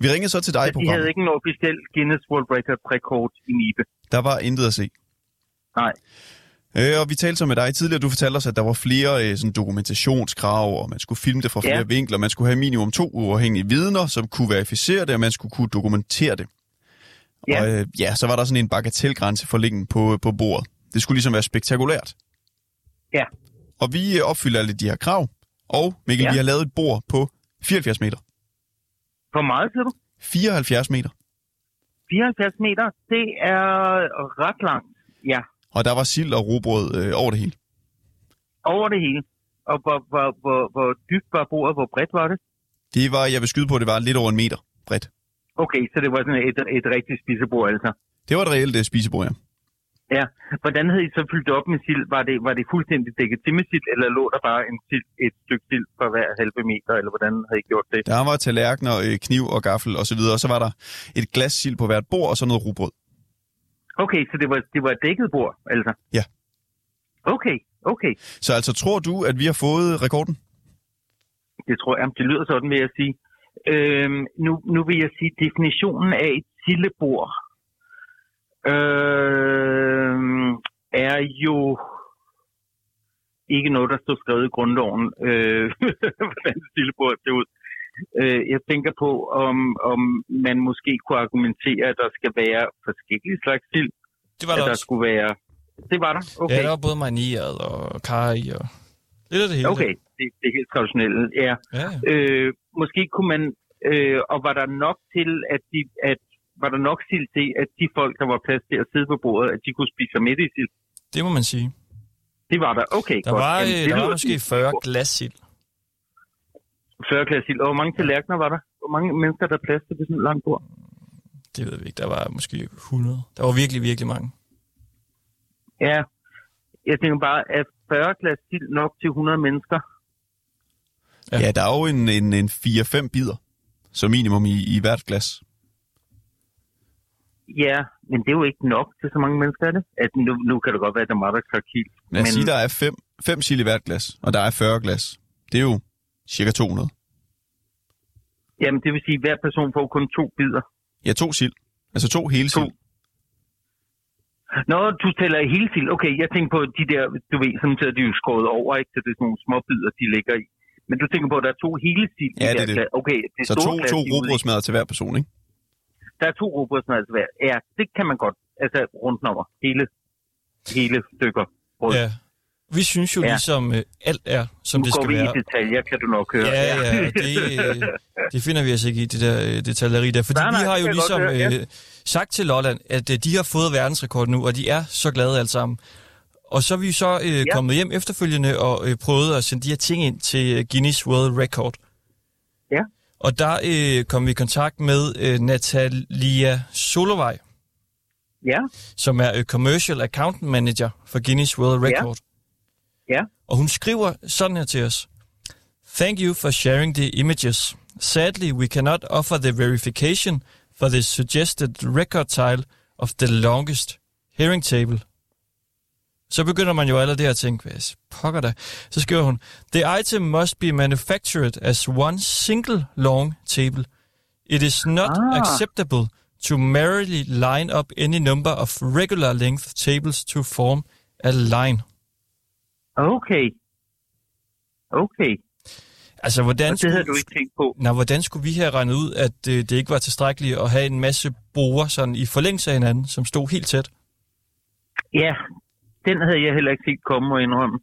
Vi ringede så til dig i de havde programmet. ikke en officiel Guinness World Record-rekord i Nibe. Der var intet at se. Nej. Øh, og vi talte så med dig tidligere, du fortalte os, at der var flere øh, sådan dokumentationskrav, og man skulle filme det fra Ja. flere ja. vinkler, man skulle have minimum to uafhængige vidner, som kunne verificere det, og man skulle kunne dokumentere det. Ja. Og øh, ja, så var der sådan en bagatelgrænse for længden på, på bordet. Det skulle ligesom være spektakulært. Ja. Og vi øh, opfylder alle de her krav, og Mikkel, ja. Ja. vi har lavet et bord på 74 meter. Hvor meget siger du? 74 meter. 74 meter, det er ret langt. Ja, Og der var sild og robrød øh, over det hele. over det hele. Og hvor, hvor, hvor, hvor dybt var bordet? Hvor bredt var det? Det var, jeg vil skyde på, det var lidt over en meter bredt. Okay, så det var sådan et, et rigtigt spisebord, altså. Det var et reelt øh, spisebord, ja. Ja. Hvordan havde I så fyldt op med sild? Var det, var det fuldstændig dækket til med sild, eller lå der bare en sild, et stykke sild for hver halve meter, eller hvordan havde I gjort det? Der var tallerkener, øh, kniv og gaffel og så videre, og så var der et glas sild på hvert bord, og så noget rugbrød. Okay, så det var, det var et dækket bord, altså? Ja. Okay, okay. Så altså, tror du, at vi har fået rekorden? Det tror jeg, det lyder sådan, vil jeg sige. Øhm, nu, nu vil jeg sige, definitionen af et sillebord øhm, er jo ikke noget, der står skrevet i grundloven, øh, hvordan et sillebord ser ud. Øh, jeg tænker på, om, om man måske kunne argumentere, at der skal være forskellige slags sild. Det var At der der også. skulle være... Det var der? Okay. Ja, der var både marineret og karri og lidt af det hele. Okay, det, det er helt traditionelle, ja. Ja, ja. Øh, måske kunne man, øh, og var der nok til, at de, at, var der nok sild til, at de folk, der var plads til at sidde på bordet, at de kunne spise sig midt i sild? det må man sige. Det var der. Okay, Der godt. var, Jamen, øh, det der var lyder måske 40 glas sild. fint. 40 glas sild. Og hvor mange tallerkener var der? Hvor mange mennesker, der er plads til på sådan et langt bord? Det ved vi ikke. Der var måske 100. Der var virkelig, virkelig mange. Ja, jeg tænker bare, at 40 glas sild nok til 100 mennesker? Ja, ja der er jo en, en, en 4-5 bider, som minimum i, i hvert glas. Ja, men det er jo ikke nok til så mange mennesker, er det? At nu, nu kan det godt være, at der er meget, der tager kild. Lad os men... sige, der er 5, 5 sild i hvert glas, og der er 40 glas. Det er jo cirka 200. Jamen, det vil sige, at hver person får kun to bidder. Ja, to sild. Altså to hele sild. Nå, du tæller hele sild. Okay, jeg tænker på de der, du ved, samtidig er de jo skåret over, ikke? Så det er sådan nogle små bidder, de ligger i. Men du tænker på, at der er to hele sild. i Ja, det er hver det. glas. Okay, det er Så to, store glas, to de er ude i. rugbrødsmadder til hver person, ikke? Der er to rugbrødsmadder til hver. Ja, det kan man godt. Altså rundt nummer. Hele, hele stykker brød. Ja. Vi synes jo Ja. ligesom, øh, alt er, som nu det går skal vi være. i detaljer, kan du nok høre. Ja, ja, og det, øh, det finder vi altså ikke i, det der øh, detalleri der. Fordi Nej, nej, vi har det jo kan jeg ligesom godt høre, ja. øh, sagt til Lolland, at øh, de har fået verdensrekord nu, og de er så glade alle sammen. Og så er vi jo så øh, kommet hjem efterfølgende og øh, prøvet at sende de her ting ind til øh, Guinness World Record. Ja. Og der øh, kom vi i kontakt med øh, Natalia Solovej, Ja, som er øh, Commercial Account Manager for Guinness World Ja. Record. ja. Og hun skriver sådan her til os. Thank you for sharing the images. Sadly, we cannot offer the verification for the suggested record tile of the longest hearing table. Så begynder man jo allerede at tænke, hvad pokker da? Så skriver hun, The item must be manufactured as one single long table. It is not Ah. acceptable to merely line up any number of regular length tables to form a line. Okay. Okay. Altså, hvordan Og det havde du ikke tænkt på. Nå, hvordan skulle vi have regnet ud, at øh, det ikke var tilstrækkeligt at have en masse borer sådan i forlængelse af hinanden, som stod helt tæt? Ja, den havde jeg heller ikke set komme og indrømme.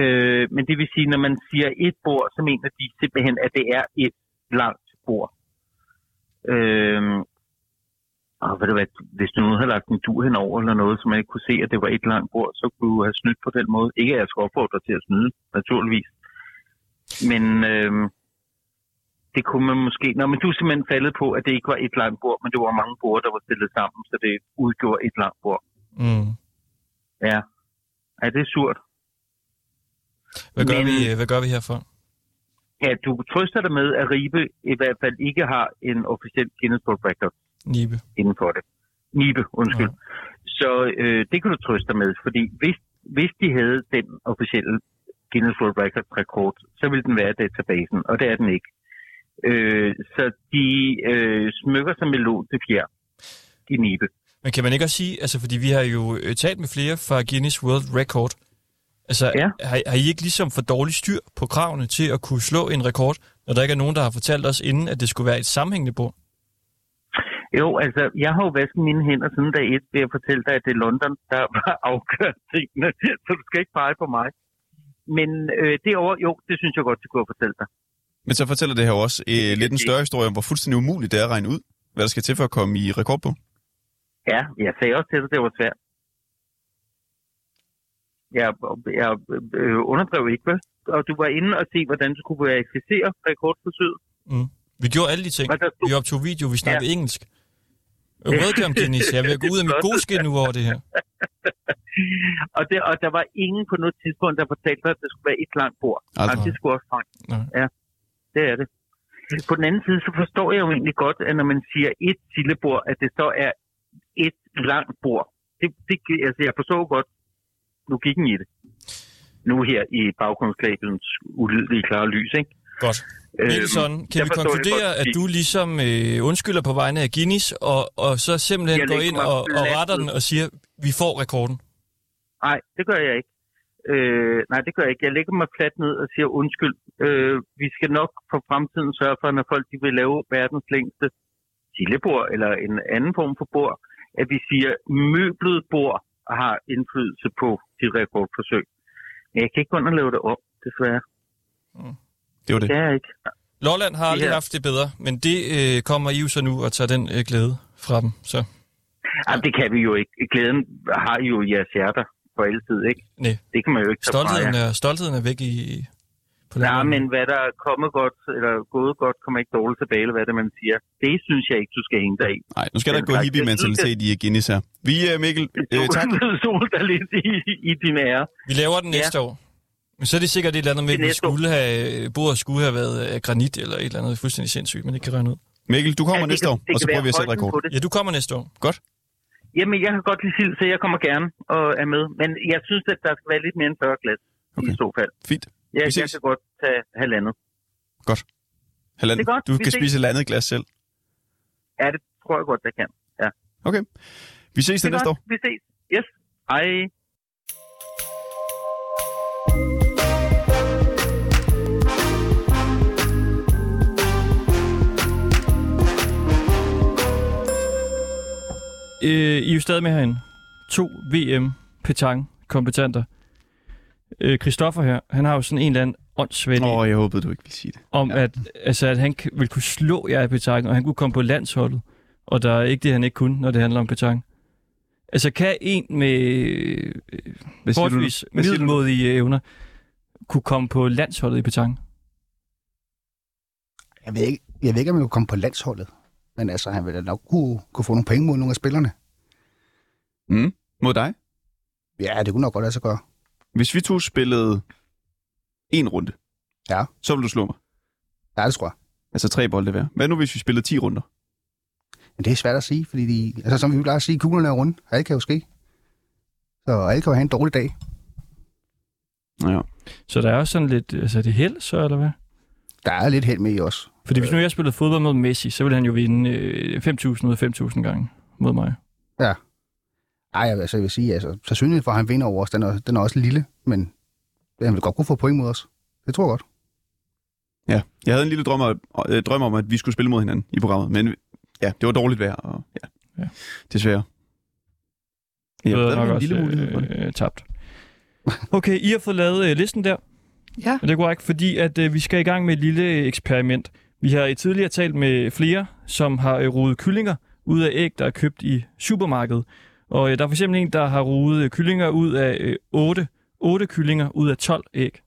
Øh, men det vil sige, når man siger et bord, så mener de simpelthen, at det er et langt bord. Øh, og ved du hvad, hvis du nu havde lagt en du henover eller noget, så man ikke kunne se, at det var et langt bord, så kunne du have snydt på den måde. Ikke at jeg skal opfordre dig til at snyde, naturligvis. Men øh, det kunne man måske... Nå, men du er simpelthen faldet på, at det ikke var et langt bord, men det var mange bord, der var stillet sammen, så det udgjorde et langt bord. Mm. Ja. Ja, det er surt. Hvad, gør Men- vi, øh, hvad gør vi herfor? Ja, du trøster dig med, at Ribe i hvert fald ikke har en officiel Guinness World Record Nibe. inden for det. Nibe, undskyld. Ja. Så øh, det kan du trøste dig med, fordi hvis, hvis de havde den officielle Guinness World Record rekord, så ville den være i databasen, og det er den ikke. Øh, så de øh, smykker sig med lån til fjer i Nibe. Men kan man ikke også sige, altså fordi vi har jo øh, talt med flere fra Guinness World Record, altså Ja. har, har I ikke ligesom for dårlig styr på kravene til at kunne slå en rekord, når der ikke er nogen, der har fortalt os inden, at det skulle være et sammenhængende bord? Jo, altså, jeg har jo vasket mine hænder siden dag et ved at fortælle dig, at det er London, der var afgør tingene, så du skal ikke pege på mig. Men øh, det over, jo, det synes jeg godt, du kunne have fortalt dig. Men så fortæller det her jo også øh, lidt en større historie om, hvor fuldstændig umuligt det er at regne ud, hvad der skal til for at komme i rekordbog. Ja, jeg sagde også til dig, det var svært. Jeg, jeg øh, underdrev ikke, vel? Og du var inde og se, hvordan du kunne verificere rekordforsøget. Vi gjorde alle de ting. Øh, Og der stod, Vi optog Mm. video, vi snakkede ja. engelsk. Welcome, Guinness. Jeg vil gå ud af mit gode skin nu over det her. og, det, og der var ingen på noget tidspunkt, der fortalte dig, at det skulle være et langt bord. Altså. Aldrig. Jamen, det skulle også fange. Nej. Ja, det er det. På den anden side, så forstår jeg jo egentlig godt, at når man siger et sillebord, at det så er et langt bord. Det, det, altså, jeg forstår godt logikken i det. Nu her i baggrundsklæbens ulydelige klare lys, ikke? Godt. Nielsen, kan Øhm, jeg vi forstår det konkludere, godt, at fordi- du ligesom øh, undskylder på vegne af Guinness, og, og så simpelthen Jeg går lægger ind mig og, og fladt retter ned. den og siger, vi får rekorden? Nej, det gør jeg ikke. Øh, nej, det gør jeg ikke. Jeg lægger mig fladt ned og siger undskyld. Øh, vi skal nok for fremtiden sørge for, når folk de vil lave verdens længste sillebord eller en anden form for bord, at vi siger, møblet bord har indflydelse på dit rekordforsøg. Men jeg kan ikke gå ind og lave det om, desværre. Det var Det det. kan jeg ikke. Lolland har aldrig Ja. haft det bedre, men det øh, kommer I jo så nu og tager den øh, glæde fra dem. Så Jamen, det kan vi jo ikke. Glæden har I jo i jeres hjerter for altid, ikke? Nej. Det kan man jo ikke tage fra stoltheden jer. er, stoltheden er væk i... På Nej, Mm. Langeland? men hvad der er kommet godt, eller gået godt, kommer ikke dårligt tilbage, eller hvad det er, man siger. Det synes jeg ikke, du skal hænge dig i. Nej, nu skal der Den gå slags. hippie-mentalitet i Guinness her. Vi, øh, Mikkel, øh, tak. Sol, der lidt i, i din ære. Vi laver den næste år. Men så er det sikkert et eller andet med, at Det er vi næste år. skulle øh, have, bordet skulle have været af granit eller et eller andet fuldstændig sindssygt, men det kan regne ud. Mikkel, du kommer Ja, det næste kan- år, det og så kan prøver være vi at sætte højden på rekord. det. Ja, du kommer næste år. Jamen, jeg kan godt lide sild, så jeg kommer gerne og er med. Men jeg synes, at der skal være lidt mere end 40 glas okay. Okay. i så fald. Fint. Jeg, Vi ses. jeg kan godt tage halvandet. Halvanden. Det er godt, Du vi kan ses. spise et eller andet glas selv. Ja, det tror jeg godt, jeg kan. Vi ses Det til er næste år. godt. Vi ses. Yes. Hej. Øh, I er jo stadig med herinde. To VM petang kompetenter. Øh, Christoffer her, han har jo sådan en eller anden åndssvældig Åh, oh, oh, jeg håbede, du ikke ville sige det. om, ja. ja. at, altså, at han k- ville kunne slå jer i petang, og han kunne komme på landsholdet. Og der er ikke det, han ikke kunne, når det handler om petang. Altså, kan en med øh, Hvad siger du nu? forholdsvis Hvad siger du nu? middelmodige evner kunne komme på landsholdet i petang? Jeg ved, ikke, jeg ved ikke, om han kunne komme på landsholdet. Men altså, han ville da nok kunne, kunne få nogle penge mod nogle af spillerne. Mm. Mod dig? Ja, det kunne nok godt lade sig gøre. Hvis vi to spillede en runde, Ja. så ville du slå mig. Ja, det tror jeg. Altså tre bolde hver. Hvad nu, hvis vi spillede 10 runder? Men det er svært at sige, fordi de, altså, som vi plejer at sige, kuglerne er runde. Alt kan jo ske. Så alle kan jo have en dårlig dag. Ja. Så der er også sådan lidt, altså er det held så, eller hvad? Der er lidt held med i også. Fordi hvis nu jeg spillede fodbold mod Messi, så ville han jo vinde øh, 5.000 ud af 5.000 gange mod mig. Ej, jeg vil- altså, jeg vil sige, altså, sandsynligheden for, at han vinder over os, den er, den er også lille, men han vil godt kunne få point mod os. Det tror jeg godt. ja. Jeg havde en lille drøm om, øh, drøm om, at vi skulle spille mod hinanden i programmet, men ja, det var dårligt vejr, og ja, Ja. ja. desværre. Ja, Det der var var nok en også lille mulighed for det. øh, øh, tabt. Okay, I har fået lavet øh, listen der. Ja. Og det er korrekt, fordi at, øh, vi skal i gang med et lille øh, eksperiment. Vi har i tidligere talt med flere, som har øh, rodet kyllinger ud af æg, der er købt i supermarkedet. Og øh, der er for eksempel en, der har rodet øh, kyllinger ud af øh, 8, 8 kyllinger ud af 12 æg.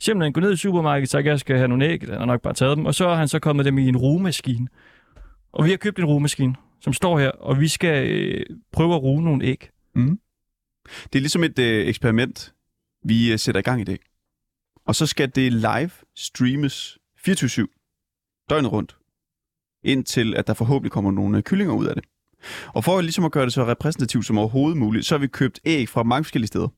Simpelthen gå ned i supermarkedet, så jeg skal have nogle æg, eller han har nok bare taget dem, og så har han så kommet dem i en rugemaskine. Og vi har købt en rugemaskine, som står her, og vi skal øh, prøve at ruge nogle æg. Mm. Det er ligesom et øh, eksperiment, vi øh, sætter i gang i dag. Og så skal det live streames 24-7, døgnet rundt, indtil at der forhåbentlig kommer nogle øh, kyllinger ud af det. Og for ligesom at gøre det så repræsentativt som overhovedet muligt, så har vi købt æg fra mange forskellige steder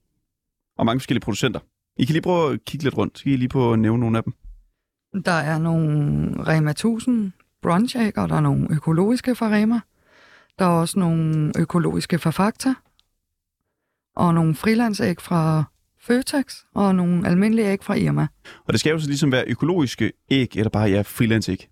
og mange forskellige producenter. I kan lige prøve at kigge lidt rundt. Så kan I lige prøve at nævne nogle af dem. Der er nogle Rema 1000 brunchæg, og der er nogle økologiske fra Rema. Der er også nogle økologiske fra Fakta. Og nogle frilandsæg fra Føtex, og nogle almindelige æg fra Irma. Og det skal jo så ligesom være økologiske æg, eller bare ja, freelance æg.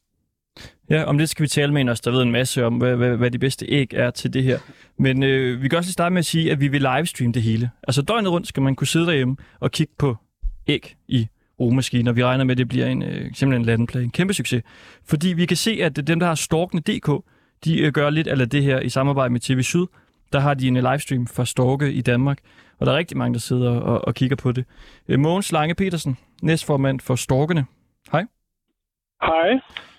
Ja, om det skal vi tale med en også, der ved en masse om, hvad, hvad, hvad de bedste æg er til det her. Men øh, vi kan også lige starte med at sige, at vi vil livestream det hele. Altså døgnet rundt skal man kunne sidde derhjemme og kigge på æg i rugemaskinen, og vi regner med, at det bliver en, øh, simpelthen en landplay. En kæmpe succes. Fordi vi kan se, at øh, dem, der har Storkene.dk, de øh, gør lidt af det her i samarbejde med TV Syd. Der har de en øh, livestream fra Storke i Danmark, og der er rigtig mange, der sidder og, og kigger på det. Øh, Mogens Lange Petersen, næstformand for Storkene. Hej.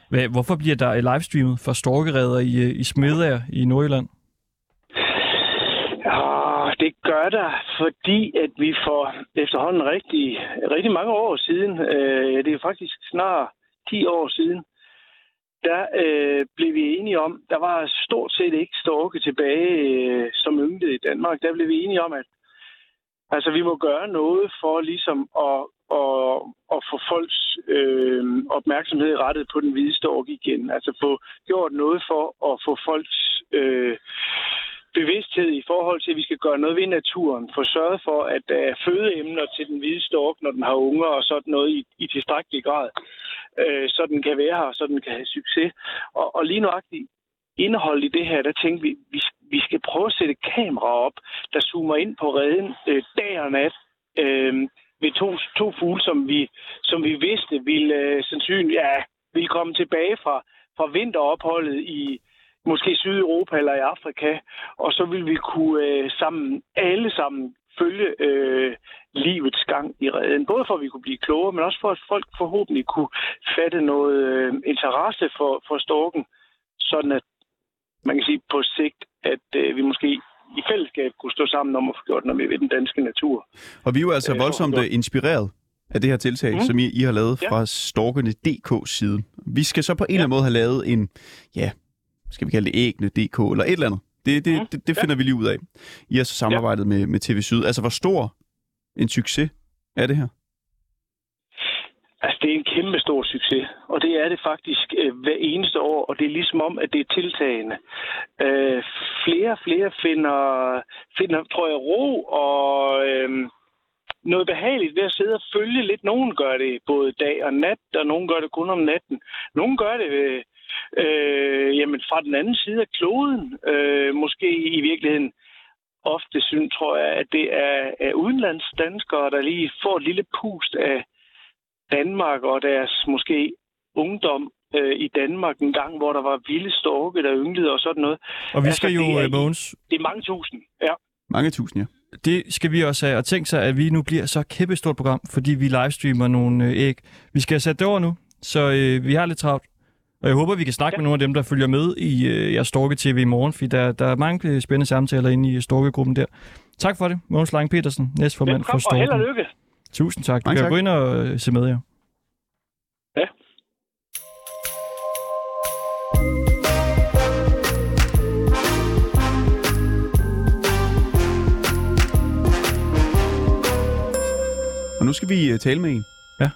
Hvad, hvorfor bliver der øh, livestreamet fra storkereder i, øh, i Smedager i Nordjylland? Ah, det gør der, fordi at vi for efterhånden rigtig, rigtig mange år siden, øh, ja, det er faktisk snart 10 år siden, der øh, blev vi enige om, der var stort set ikke storke tilbage øh, som ynglede i Danmark. Der blev vi enige om, at altså, vi må gøre noget for ligesom at, at, at få folks øh, opmærksomhed rettet på den hvide stork igen. Altså få gjort noget for at få folks øh, bevidsthed i forhold til, at vi skal gøre noget ved naturen. For sørge for, at der er fødeemner til den hvide stork, når den har unger og sådan noget i, i tilstrækkelig grad. Øh, så den kan være her, og så den kan have succes. Og, og lige nøjagtigt indhold i det her, der tænkte vi, vi, vi skal prøve at sætte kameraer op, der zoomer ind på redden øh, dag og nat. Øh, ved to, to fugle, som vi, som vi vidste ville øh, sandsynligt ja, ville komme tilbage fra, fra vinteropholdet i måske Sydeuropa eller i Afrika, og så ville vi kunne øh, sammen, alle sammen følge øh, livets gang i redden. Både for, at vi kunne blive klogere, men også for, at folk forhåbentlig kunne fatte noget øh, interesse for, for storken, sådan at man kan sige på sigt, at øh, vi måske i fællesskab kunne stå sammen om at få gjort noget ved- ved den danske natur. Og vi er jo altså Øh, voldsomt jo. øh, inspireret af det her tiltag, mm. Mm. Mhm. som I, I har lavet Ja. fra Storkene.dk's side. Vi skal så på en eller anden måde have lavet en, ja, skal vi kalde det ægne.dk eller et eller andet. Det, Mhm. det, det, det finder vi lige ud af. I har så samarbejdet med, med TV Syd. Altså, hvor stor en succes er det her? Altså, det er en kæmpe stor succes, og det er det faktisk øh, hver eneste år, og det er ligesom om, at det er tiltagende. Øh, flere og flere finder, finder, tror jeg, ro og øh, noget behageligt ved at sidde og følge lidt. Nogen gør det både dag og nat, og nogen gør det kun om natten. Nogen gør det øh, øh, jamen, fra den anden side af kloden, øh, måske i virkeligheden ofte synes, tror jeg, at det er, er udenlandsdanskere, der lige får et lille pust af Danmark og deres måske ungdom øh, i Danmark en gang, hvor der var vilde storke, der ynglede og sådan noget. Altså, Og vi skal det jo, er, øh, Mogens- Det er mange tusind, ja. Mange tusind, ja. Det skal vi også have. Og tænk sig, at vi nu bliver så kæmpestort program, fordi vi livestreamer nogle øh, æg. Vi skal have sat det over nu, så øh, vi har lidt travlt. Og jeg håber, vi kan snakke ja. med nogle af dem, der følger med i øh, jeres Storke-TV i morgen, fordi der, der er mange øh, spændende samtaler inde i øh, Storke-gruppen der. Tak for det, Mogens Lange Petersen, næstformand for Velkommen, og held og Storken. lykke. Tusind tak. Du Mange kan tak. gå ind og øh, se med jer. Og nu skal vi øh, tale med en, ja.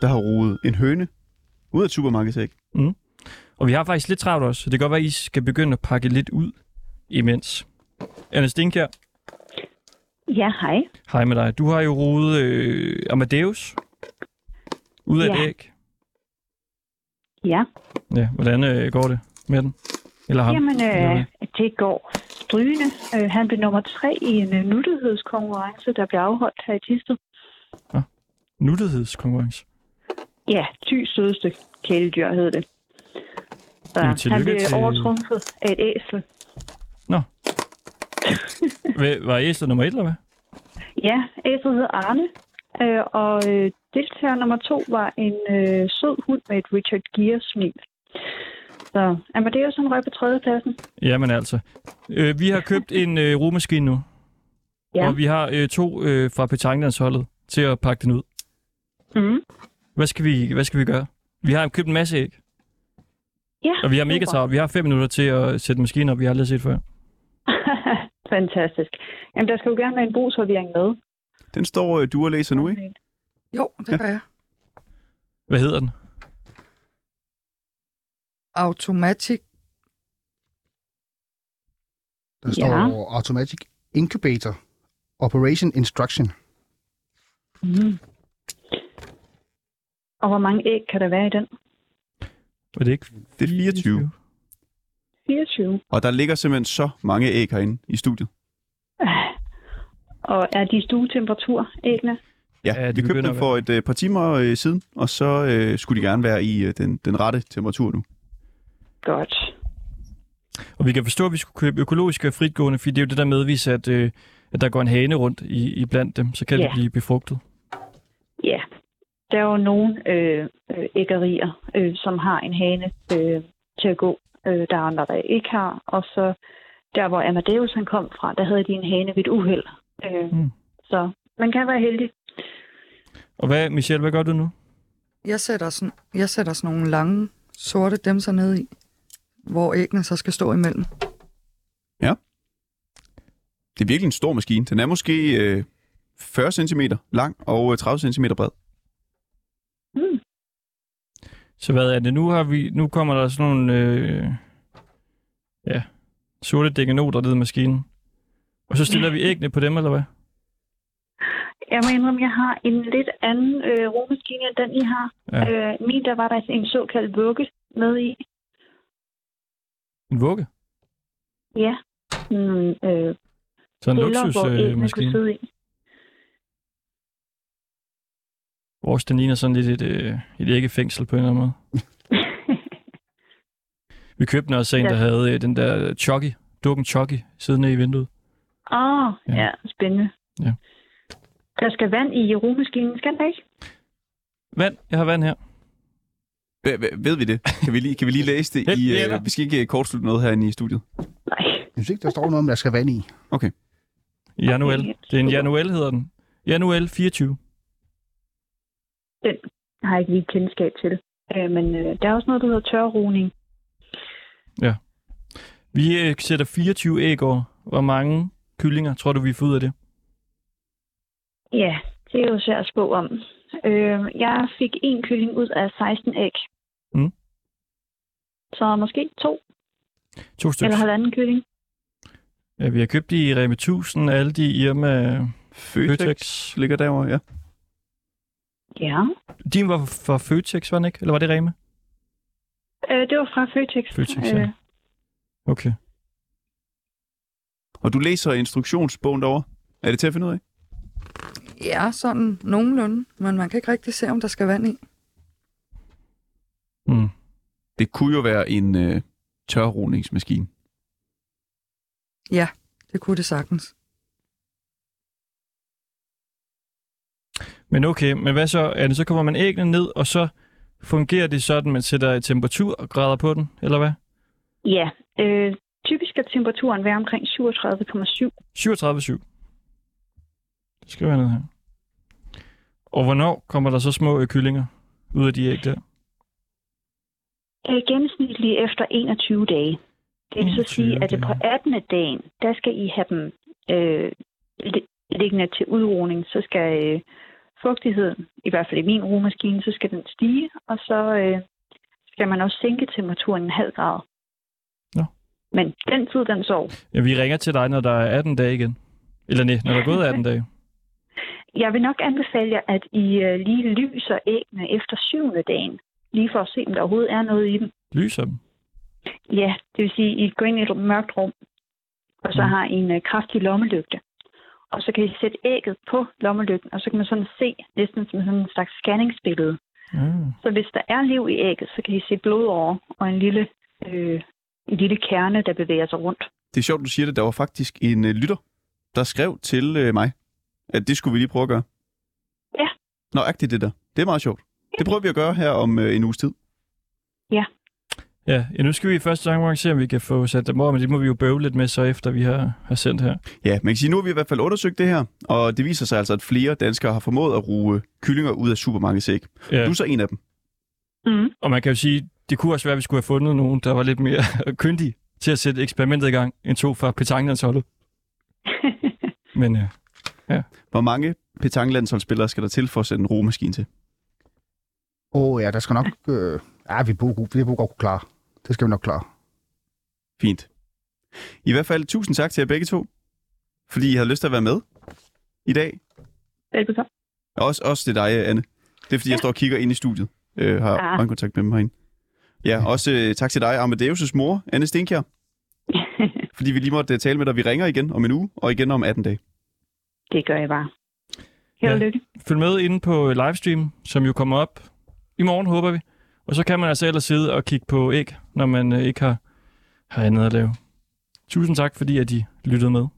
der har roet en høne ud af supermarkedsæg. Mm. Og vi har faktisk lidt travlt også, så det kan godt være, at I skal begynde at pakke lidt ud imens. Anne Stenkjær, Ja, hej. hej med dig. Du har jo roet øh, Amadeus ud af Ja. ja. et æg. Ja, Ja, hvordan øh, går det med den? Eller ham? jamen Eller hvad? øh, det går strygende. Øh, han blev nummer tre i en øh, nuttighedskonkurrence, der blev afholdt her i Tisted. Nuttighedskonkurrence. Ja, ty sødeste kæledyr hed det. Så Jamen, han tillykke blev til- overtrumfet af et æsel. Hvad- Var æslet nummer et, eller hvad? Ja, æslet hed Arne, øh, og øh, deltager nummer to var en øh, sød hund med et Richard Gere-smil. Så Amadeus, han røg på tredjepladsen. Jamen altså. Øh, vi har købt en øh, rummaskine nu, Ja. og vi har øh, to øh, fra Petanglandsholdet til at pakke den ud. Mm-hmm. Mm. Hvad skal vi, hvad skal vi gøre? Vi har købt en masse æg, Ja, og vi har mega super. travlt. Vi har fem minutter til at sætte maskinen op, vi har aldrig set før. Fantastisk. Jamen, der skal jo gerne være en brugsforvirring med. Den står øh, du og læser nu, ikke? Jo, det gør jeg. Hvad hedder den? Automatic. Der står ja. Automatic Incubator Operation Instruction. Mm. Og hvor mange æg kan der være i den? Er det ikke? Det er 24. 24. Og der ligger simpelthen så mange æg herinde i studiet. Og er de stuetemperatur æggene? Ja, ja vi købte begynder dem at for et øh, par timer øh, siden, og så øh, skulle de gerne være i øh, den, den rette temperatur nu. Godt. Og vi kan forstå, at vi skulle købe økologiske og fritgående, fordi det er jo det der med, hvis at, øh, at der går en hane rundt i, i blandt dem, så kan yeah. Ja. de blive befrugtet. Ja. Der er jo nogle øh, øh, æggerier, øh, som har en hane øh, til at gå. Øh, der er andre, der ikke har. Og så der, hvor Amadeus han kom fra, der havde de en hane ved et uheld. Øh, Mm. Så man kan være heldig. Og hvad, Michelle, hvad gør du nu? Jeg sætter, sådan, jeg sætter sådan nogle lange, sorte demser ned i, hvor æggene så skal stå imellem. Ja. Det er virkelig en stor maskine. Den er måske øh, 40 cm lang og øh, 30 cm bred. Så hvad er det? Nu, har vi, nu kommer der sådan nogle øh, ja, sorte dækkenoter ned i maskinen. Og så stiller vi æggene på dem, eller hvad? Jeg må indrømme, jeg har en lidt anden øh, romaskine, end den I har. Ja. Ja. Øh, min, der var der en såkaldt vugge med i. En vugge? Ja. Mm, øh, Så en piller, hvor æggene kunne luksusmaskine. sidde i. Vores, den ligner sådan lidt et, øh, et æggefængsel på en eller anden måde. vi købte den også af en, Ja. der havde øh, den der Chucky, dukken Chucky, siddende i vinduet. Åh, oh, ja. ja, spændende. Ja. Der skal vand i rugemaskinen, skal der ikke? Vand. Jeg har vand her. Ved, ved- ved vi det? Kan vi lige, kan vi lige læse det? I, øh, vi skal ikke øh, kortslutte noget herinde i studiet. Jeg synes ikke, der står noget om, der skal vand i. Okay. Januel. Det er en Januel, hedder den. Januel 24. Den har jeg ikke lige kendskab til. Øh, men øh, der er også noget, der hedder tørrugning. Ja. Vi øh, sætter 24 æg over. Hvor mange kyllinger tror du, vi får ud af det? Ja, det er jo svært at spå om. Øh, jeg fik en kylling ud af 16 æg. Mm. Så måske to To stykker. eller halvanden kylling. Ja, vi har købt de i Rema 1000, alle de Irma øh, Føtex ligger derovre, ja. Ja. Din var fra Føtex, var den ikke? Eller var det Rema? Øh, det var fra Føtex. Øh, Føtex, ja. Okay. Og du læser instruktionsbogen derovre? Er det til at finde ud af? Ja, sådan nogenlunde, men man kan ikke rigtig se, om der skal vand i. Mm. Det kunne jo være en øh, tørroningsmaskine. Ja, det kunne det sagtens. Men okay, men hvad så? Er det, så kommer man æggene ned, og så fungerer det sådan, man sætter temperaturgrader på den, eller hvad? Ja, øh, typisk skal temperaturen være omkring 37,7. 37,7. Det skal være ned her. Og hvornår kommer der så små øh, kyllinger ud af de æg der? Øh, gennemsnitligt efter 21 dage. Det vil så sige, at det på 18. dagen, der skal I have dem øh, li- liggende til udroning. Så skal øh, fugtigheden, i hvert fald i min rugemaskine, så skal den stige, og så øh, skal man også sænke temperaturen en halv grad. Nå. Men den tid, den sov. Ja, vi ringer til dig, når der er 18 dage igen. Eller nej, når der er gået 18 dage. Jeg vil nok anbefale jer, at I øh, lige lyser æggene efter syvende dagen. Lige for at se, om der overhovedet er noget i dem. Lyser dem. Ja, det vil sige, I går ind i et mørkt rum, og så har I en øh, kraftig lommelygte. Og så kan I sætte ægget på lommelygten, og så kan man sådan se, næsten som sådan en slags scanningsbillede. Mm. Så hvis der er liv i ægget, så kan I se blod over og en lille, øh, en lille kerne, der bevæger sig rundt. Det er sjovt, du siger det. Der var faktisk en øh, lytter, der skrev til øh, mig, at det skulle vi lige prøve at gøre. Ja. Nøjagtigt det der. Det er meget sjovt. Det prøver vi at gøre her om øh, en uges tid. Ja, ja, nu skal vi i første omgang se, om vi kan få sat dem over, men det må vi jo bøve lidt med så efter, vi har, har sendt her. Ja, man kan sige, nu har vi i hvert fald undersøgt det her, og det viser sig altså, at flere danskere har formået at ruge kyllinger ud af supermarkedsæg. Ja. Du er så en af dem. Mm. Og man kan jo sige, det kunne også være, at vi skulle have fundet nogen, der var lidt mere kyndige til at sætte eksperimentet i gang, end to fra petangelandsholdet. Men ja. ja. Hvor mange petanglandsholdsspillere skal der til for at sætte en rugemaskine til? Åh oh, ja, der skal nok... Øh, ja, vi burde, vi burde godt kunne klare. Det skal vi nok klare. Fint. I hvert fald tusind tak til jer begge to, fordi I havde lyst til at være med i dag. Velbekomme. Også, også til dig, Anne. Det er, fordi ja. jeg står og kigger ind i studiet. Øh, har Ah. ah. kontakt med dem herinde. Ja, også øh, tak til dig, Amadeus' mor, Anne Stenkjær. fordi vi lige måtte øh, tale med dig. Vi ringer igen om en uge, og igen om 18 dage. Det gør I bare. Held og lykke. Følg med inde på livestream, som jo kommer op i morgen, håber vi. Og så kan man altså ellers sidde og kigge på æg, når man øh, ikke har, har andet at lave. Tusind tak, fordi at I lyttede med.